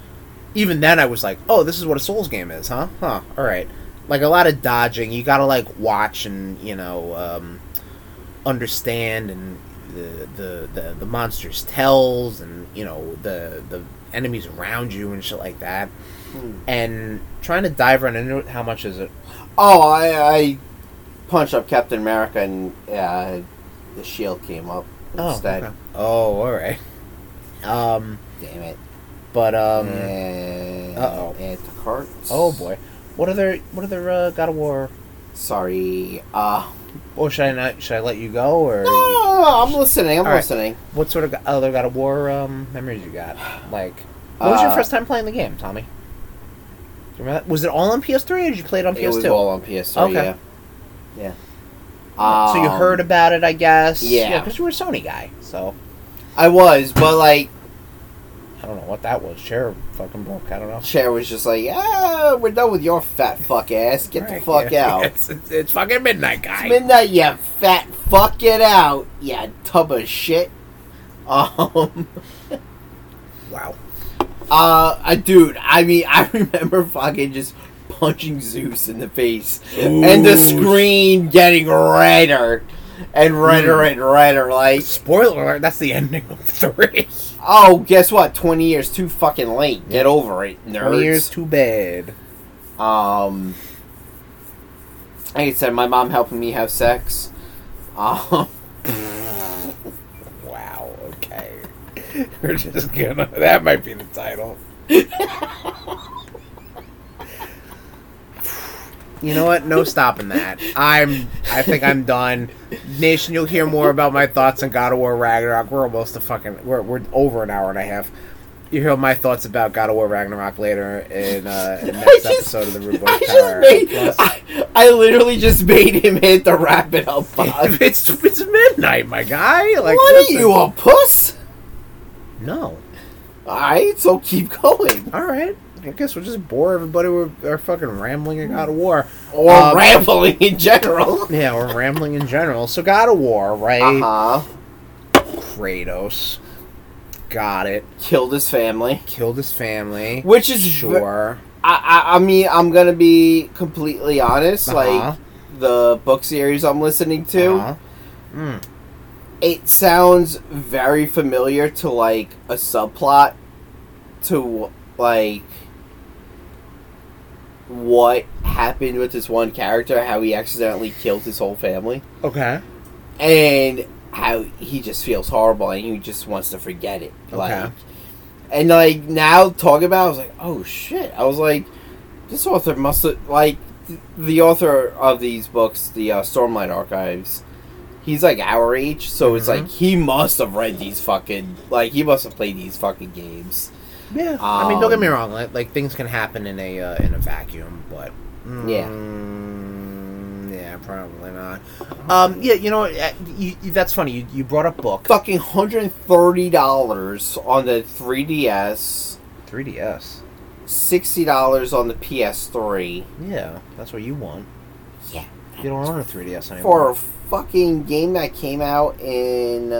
even then I was like, oh, this is what a Souls game is, huh? Huh. All right. Like a lot of dodging. You gotta like watch and you know um, understand and the, the the the monsters' tells and you know the the enemies around you and shit like that. And trying to dive right into it, how much is it?
Oh, I, I punched up Captain America and uh, the shield came up instead.
okay. oh, all right. Um,
Damn it.
but um,
and
uh-oh.
add to cart.
oh boy, what other what other uh, God of War?
Sorry. Uh,
Or should I not? Should I let you go or?
no, no, no, I'm listening. I'm
All right.
listening.
What sort of other God of War um, memories you got? Like, what was your
Uh,
first time playing the game, Tommy? Do you remember that? Was it all on PS3 or did you play it on
It was
PS2?
all on PS3.
Okay.
Yeah. Yeah.
so you
Um,
heard about it, I guess.
yeah.
because you were a Sony guy, so
I was, but like,
I don't know what that was. Share fucking broke. I don't know.
Chair was just like, ah, we're done with your fat fuck ass. Get the
Right,
fuck
yeah.
out.
It's, it's, it's fucking midnight, guy.
It's midnight, you fat fuck. Get out, you tub of shit. Um.
wow.
Uh, I, dude, I mean, I remember fucking just punching Zeus in the face, and the screen getting redder and redder
Hmm.
and redder. Like,
Spoiler alert, that's the ending of 3.
oh, guess what? Twenty years too fucking late. Get over it, nerds.
20 years too bad.
Um, like I said, my mom helping me have sex. Um,
Wow, okay. We're just gonna. That might be the title. you know what? No stopping that. I'm. I think I'm done. Nation, you'll hear more about my thoughts on God of War Ragnarok. We're almost a fucking. We're we're over an hour and a half. You hear my thoughts about God of War Ragnarok later in, uh, in next episode of the Rude Boy
I just
Power
made,
Plus.
I, I literally just made him hit the wrap it up box.
it's it's midnight, my guy. Like
what are
listen.
you, a puss?
No.
Alright, so keep going.
All right. I guess we'll just bore everybody with our fucking rambling and God of War.
Or
Um,
rambling in general.
Yeah, or rambling in general. So God of War, right?
Uh huh.
Kratos got it.
Killed his family.
Killed his family.
Which is. Sure.
Sure.
I, I, I mean, I'm gonna be completely honest.
Uh-huh.
Like, the book series I'm listening to,
Uh-huh. Mm.
it sounds very familiar to, like, a subplot to, like, what happened with this one character, how he accidentally killed his whole family.
Okay.
and how he just feels horrible and he just wants to forget it. Like,
Okay.
and like now talking about, it, I was like, oh shit! I was like, this author must have like th- the author of these books, the uh, Stormlight Archives. He's like our age, so it's
Mhm.
like he must have read these fucking like he must have played these fucking games.
Yeah. I mean, don't get me
Um,
wrong. Like, like things can happen in a uh, in a vacuum, but
Yeah.
Mm, yeah, probably not. Um, yeah, you know, uh, you, you, that's funny. You, you brought up book
Fucking hundred and thirty dollars on the 3ds,
3DS.
sixty dollars on the PS3
Yeah, that's what you want.
Yeah.
You don't own a 3DS
for a
anymore.
fucking game that came out in.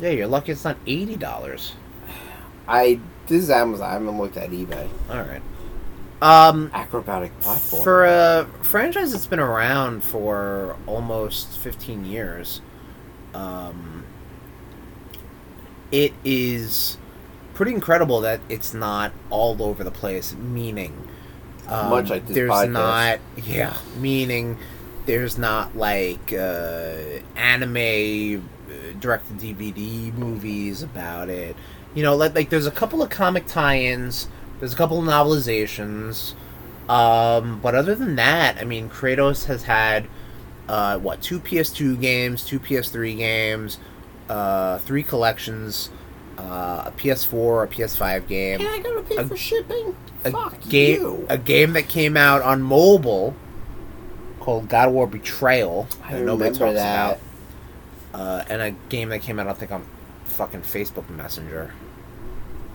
yeah, you're lucky it's not $80.
I this is Amazon. I haven't looked at eBay.
Alright. Um,
Acrobatic platform.
for a franchise that's been around for almost 15 years, um, it is pretty incredible that it's not all over the place, meaning. Um,
Much like this
there's
podcast.
not yeah meaning there's not like uh, anime uh, direct to DVD movies about it. You know, like like there's a couple of comic tie-ins, there's a couple of novelizations, um, but other than that, I mean, Kratos has had uh, what two PS2 games, two PS3 games, uh, three collections, uh, a PS4, a PS5 game,
Can I gotta pay
a-
for shipping?
a
Fuck
game,
you.
a game that came out on mobile. called God of War Betrayal
I
that nobody
remember
talks
that.
about, uh, and a game that came out I think on fucking Facebook Messenger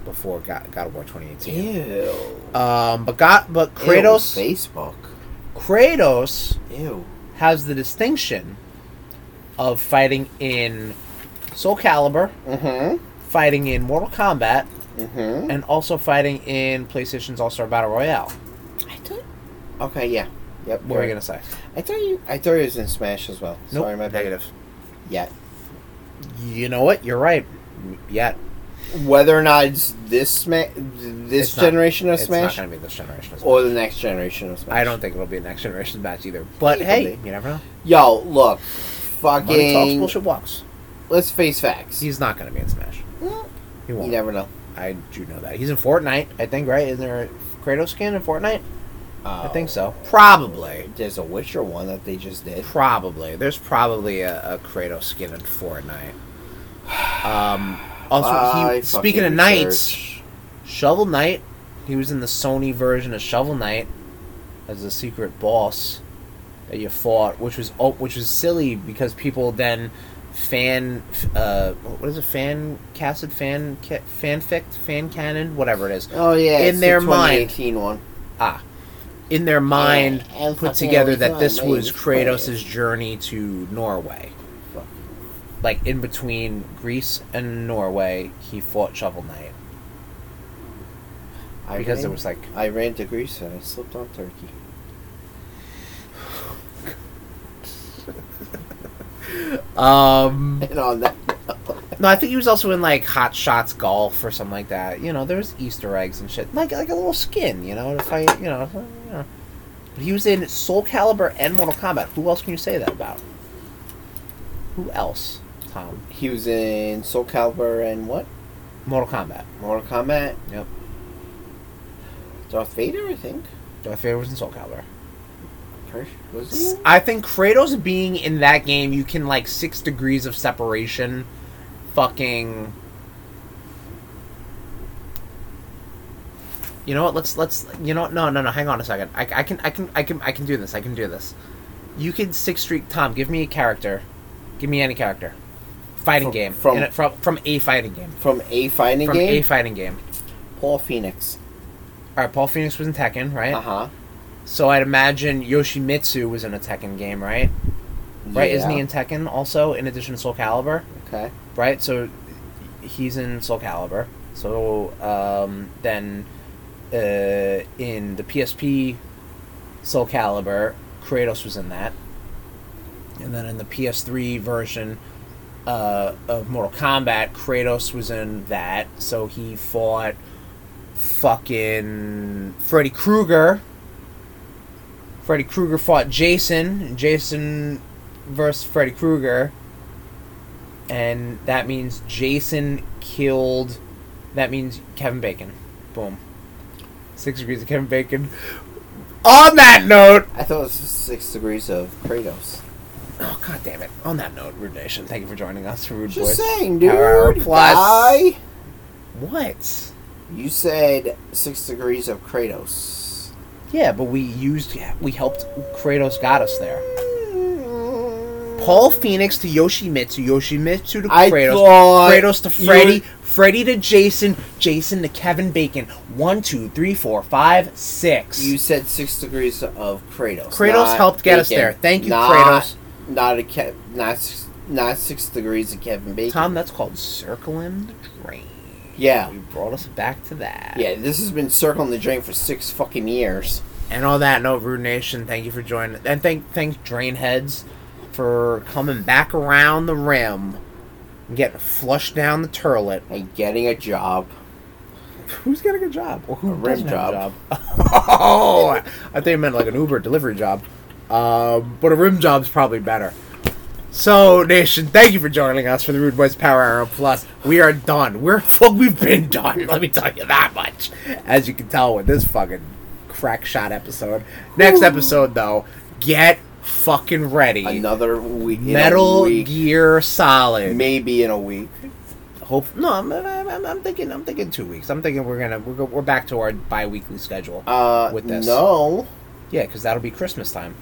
before God, God of War 2018.
Ew.
Um, but God, but Kratos,
Ew, Facebook.
Kratos
Ew.
has the distinction of fighting in Soul Calibur,
Mm-hmm.
fighting in Mortal Kombat,
Mm-hmm.
and also fighting in PlayStation's All Star Battle Royale.
I thought. Okay. Yeah.
What
Yep.
were you
you're
gonna say?
right. I thought you. I thought it was in Smash as well. Sorry, my bad.
negative.
Yeah.
You know what? You're right. Yet
Whether or not it's this sma- this
It's not-
generation of
it's
Smash
not gonna be this generation. As well.
or the next generation of Smash.
I don't think it'll be a next generation match either. But
Maybe.
hey, you never know.
Yo, look,
Money talks,
fucking.
bullshit walks.
Let's face facts.
He's not gonna be in Smash.
Mm,
He
you
won't.
never know.
I do know that. He's in Fortnite, I think. Right? Isn't there a Kratos skin in Fortnite? I think
Oh.
so. Probably.
Uh, There's a Witcher one that they just did.
Probably. There's probably a, a Kratos skin in Fortnite. Um, also,
Bye,
he, speaking of
fucking
knights,
research.
Shovel Knight, he was in the Sony version of Shovel Knight as a secret boss that you fought, which was oh, which was silly because people then fan uh what is it fan casted fan ca- fanfic fan canon whatever it is
Oh yeah,
in
it's
their
the
mind.
2018 one.
in their mind
Yeah, and
put
fucking
together
always
that
on
this
my
was
display.
Kratos' journey to Norway.
Fuck.
Like in between Greece and Norway, he fought Shovel Knight
I
because
ran,
there was like
I ran to Greece and I slipped on Turkey.
um
And on that,
no, I think he was also in like Hot Shots Golf or something like that. You know, there was Easter eggs and shit, like like a little skin, you know, to fight, you know, you know. But he was in Soul Calibur and Mortal Kombat. Who else can you say that about? Who else? Tom.
he was in Soul Calibur and what?
Mortal Kombat.
Mortal Kombat.
Yep.
Darth Vader, I think.
Darth Vader was in Soul Calibur.
Pers- Was he?
I think Kratos being in that game, you can like six degrees of separation, fucking. You know what? Let's let's. You know what? No no no. Hang on a second. I, I can I can I can I can do this. I can do this. You can six streak Tom. Give me a character. Give me any character. Fighting
From-
game
from-
In a- from from a fighting game
From a fighting
from a
game.
fighting game.
Paul Phoenix.
All right, Paul Phoenix was in Tekken, right?
Uh huh.
So I'd imagine Yoshimitsu was in a Tekken game, right? Right, isn't he in Tekken also, in addition to Soul Calibur?
Okay.
Right, so he's in Soul Calibur. So um, then uh, in the PSP Soul Calibur, Kratos was in that. And then in the PS3 version uh, of Mortal Kombat, Kratos was in that. So he fought fucking Freddy Krueger. Freddy Krueger fought Jason. and Jason versus Freddy Krueger. And that means Jason killed. That means Kevin Bacon. Boom. Six degrees of Kevin Bacon. On that note.
I thought it was Six Degrees of Kratos.
Oh, god damn it. On that note, Rude Nation, thank you for joining us for Rude
Just
Boys.
saying, dude.
Power plus.
Guy,
What?
you said Six Degrees of Kratos.
Yeah, but we used. We helped. Kratos got us there.
Mm.
Paul Phoenix to Yoshimitsu, Yoshimitsu to
I
Kratos,
thought
Kratos to
you
Freddy,
were-
Freddy to Jason, Jason to Kevin Bacon. One, two, three, four, five, six.
You said Six Degrees of Kratos.
Kratos
not
helped get us
Bacon.
there. Thank you,
Not-
Kratos.
Not a Ke- not six, not Six Degrees of Kevin Bacon.
Tom, that's called circling the drain.
Yeah.
You brought us back to that.
Yeah, this has been circling the drain for six fucking years.
And on that note, Rude Nation, thank you for joining. And thank thank Drainheads for coming back around the rim, and getting flushed down the turlet.
And getting a job.
Who's got a good job? Or who
A rim
doesn't
job.
Have a job? oh, I think it meant like an Uber delivery job. Um, but a rim job's probably better. So, Nation, thank you for joining us for the Rude Boys Power Hour Plus. We are done. We're fuck. We've been done. Let me tell you that much. As you can tell with this fucking crack shot episode. Next episode, though, get fucking ready.
Another week.
Metal
in a week.
Gear Solid
Maybe in a week.
hope no I'm, I'm, I'm- I'm thinking i'm thinking two weeks i'm thinking we're gonna we're, go- we're back to our bi-weekly schedule
Uh,
With this.
no.
yeah because that'll be christmas time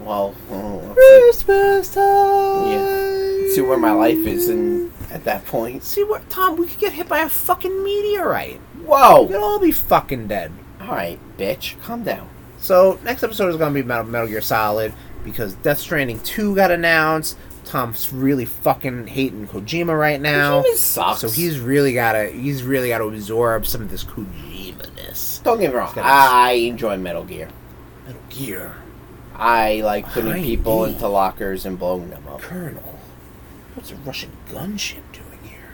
Well, well,
Christmas time.
Yeah. see where my life is, and at that point,
See what, Tom? We could get hit by a fucking meteorite. We
whoa!
could all be fucking dead.
All right, bitch, calm down.
So next episode is gonna be Metal, Metal Gear Solid because Death Stranding Two got announced. Tom's really fucking hating Kojima right now.
Kojima sucks.
So he's really gotta he's really gotta absorb some of this Kojima-ness.
Don't get me wrong.
Gotta-
I enjoy Metal Gear.
Metal Gear
I like putting
I
people
need-
into lockers and blowing them up.
Colonel. What's a Russian gunship doing here?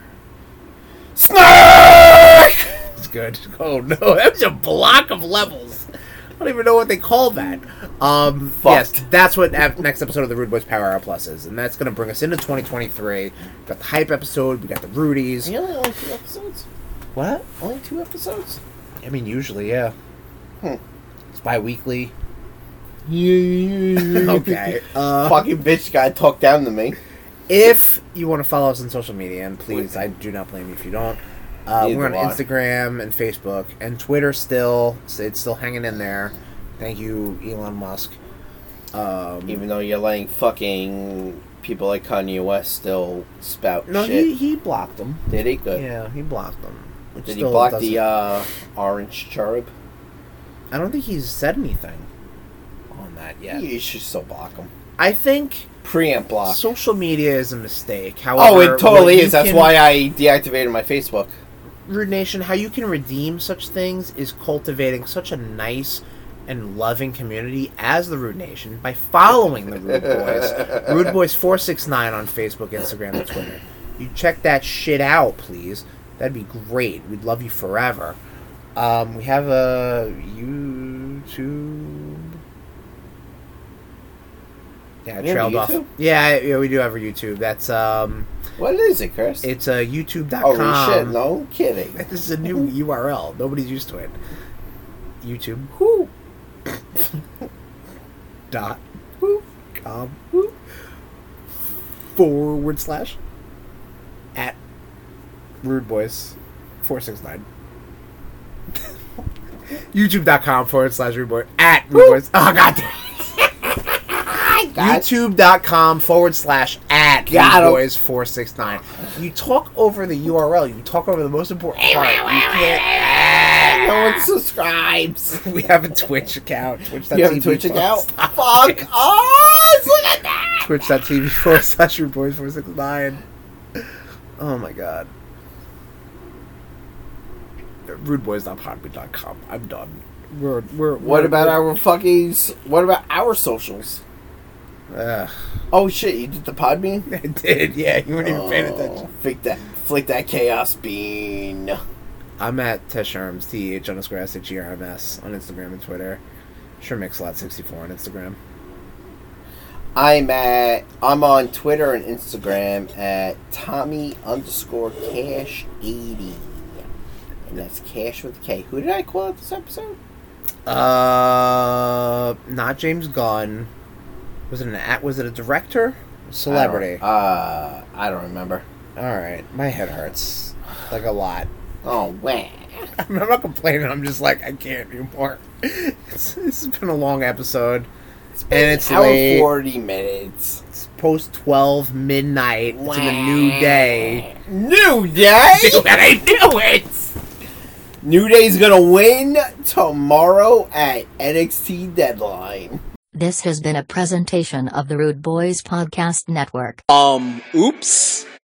Snark!
It's good. Oh no, that was a block of levels. I don't even know what they call that. Um, yes,
Fucked.
that's what ep- next episode of the Rude Boys Power Hour Plus is, and that's going to bring us into 2023. We got the hype episode. We got the Rudies.
You only only two episodes.
What?
Only two episodes.
I mean, usually, yeah.
Hmm.
It's bi-weekly.
Yeah.
okay. Uh,
Fucking bitch guy talked down to me.
If you want to follow us on social media, and please, I do not blame you if you don't. Uh,
Neither
we're on
do I.
Instagram and Facebook and Twitter still. It's, it's still hanging in there. Thank you, Elon Musk. Um,
Even though you're letting fucking people like Kanye West still spout
no,
shit.
he, he blocked them.
Did he? Good.
Yeah, he blocked them. which
Did he
still
block
doesn't-
the uh, orange cherub?
I don't think he's said anything on that yet.
You should still block him.
I think
Preamp block.
social media is a mistake. However,
oh, it totally
what you
is. That's
can-
why I deactivated my Facebook.
Rude Nation, how you can redeem such things is cultivating such a nice and loving community as the Rude Nation by following the Rude Boys. Rude Boys 469 on Facebook, Instagram, and Twitter. You check that shit out, please. That'd be great. We'd love you forever. Um, we have a YouTube. Yeah, I
We have a
trailed off.
YouTube?
Yeah, I- yeah, we do have a YouTube. That's um,
What is it, Chris?
it's uh, YouTube.com.
oh shit! No kidding.
This is a new URL. Nobody's used to it. YouTube
Whew.
dot com forward slash at rude boys four six nine. YouTube.com forward slash rude boy at rude boys. Oh god damn.
Got-
YouTube.com forward slash at
Got 'em.
boys four six nine. You talk over the URL. You talk over the most important part. You can't
No one subscribes.
We have a Twitch account. Twitch.tv.
You have a Twitch account?
forward-
Fuck us! Look at that!
Twitch.tv forward slash your boys 469. Oh my god. Rudeboys.podbean.com. I'm done. We're, we're,
What about our fucking? s- What about our socials?
Ugh,
Oh shit! You did the pod bean.
I did, yeah. You weren't even
Oh.
paying attention.
Flick that, flick that chaos bean.
I'm at Tesh Arms, T H underscore S H E R M S on Instagram and Twitter. Sure, Mixlot64 on Instagram.
I'm at. I'm on Twitter and Instagram at Tommy underscore Cash eighty, and that's Cash with a K. Who did I call out this episode?
Uh, not James Gunn. Was it an act? Was it a director? Celebrity.
I don't- uh, I don't remember.
All right, my head hurts like a lot.
Oh wow.
I'm not complaining. I'm just like I can't anymore. It's, this has been a long episode. and it's
An hour
late.
forty minutes.
It's post twelve midnight. It's in a new day.
New day. I knew it. New Day's gonna win tomorrow at NXT Deadline.
This has been a presentation of the Rude Boys Podcast Network.
Um, oops.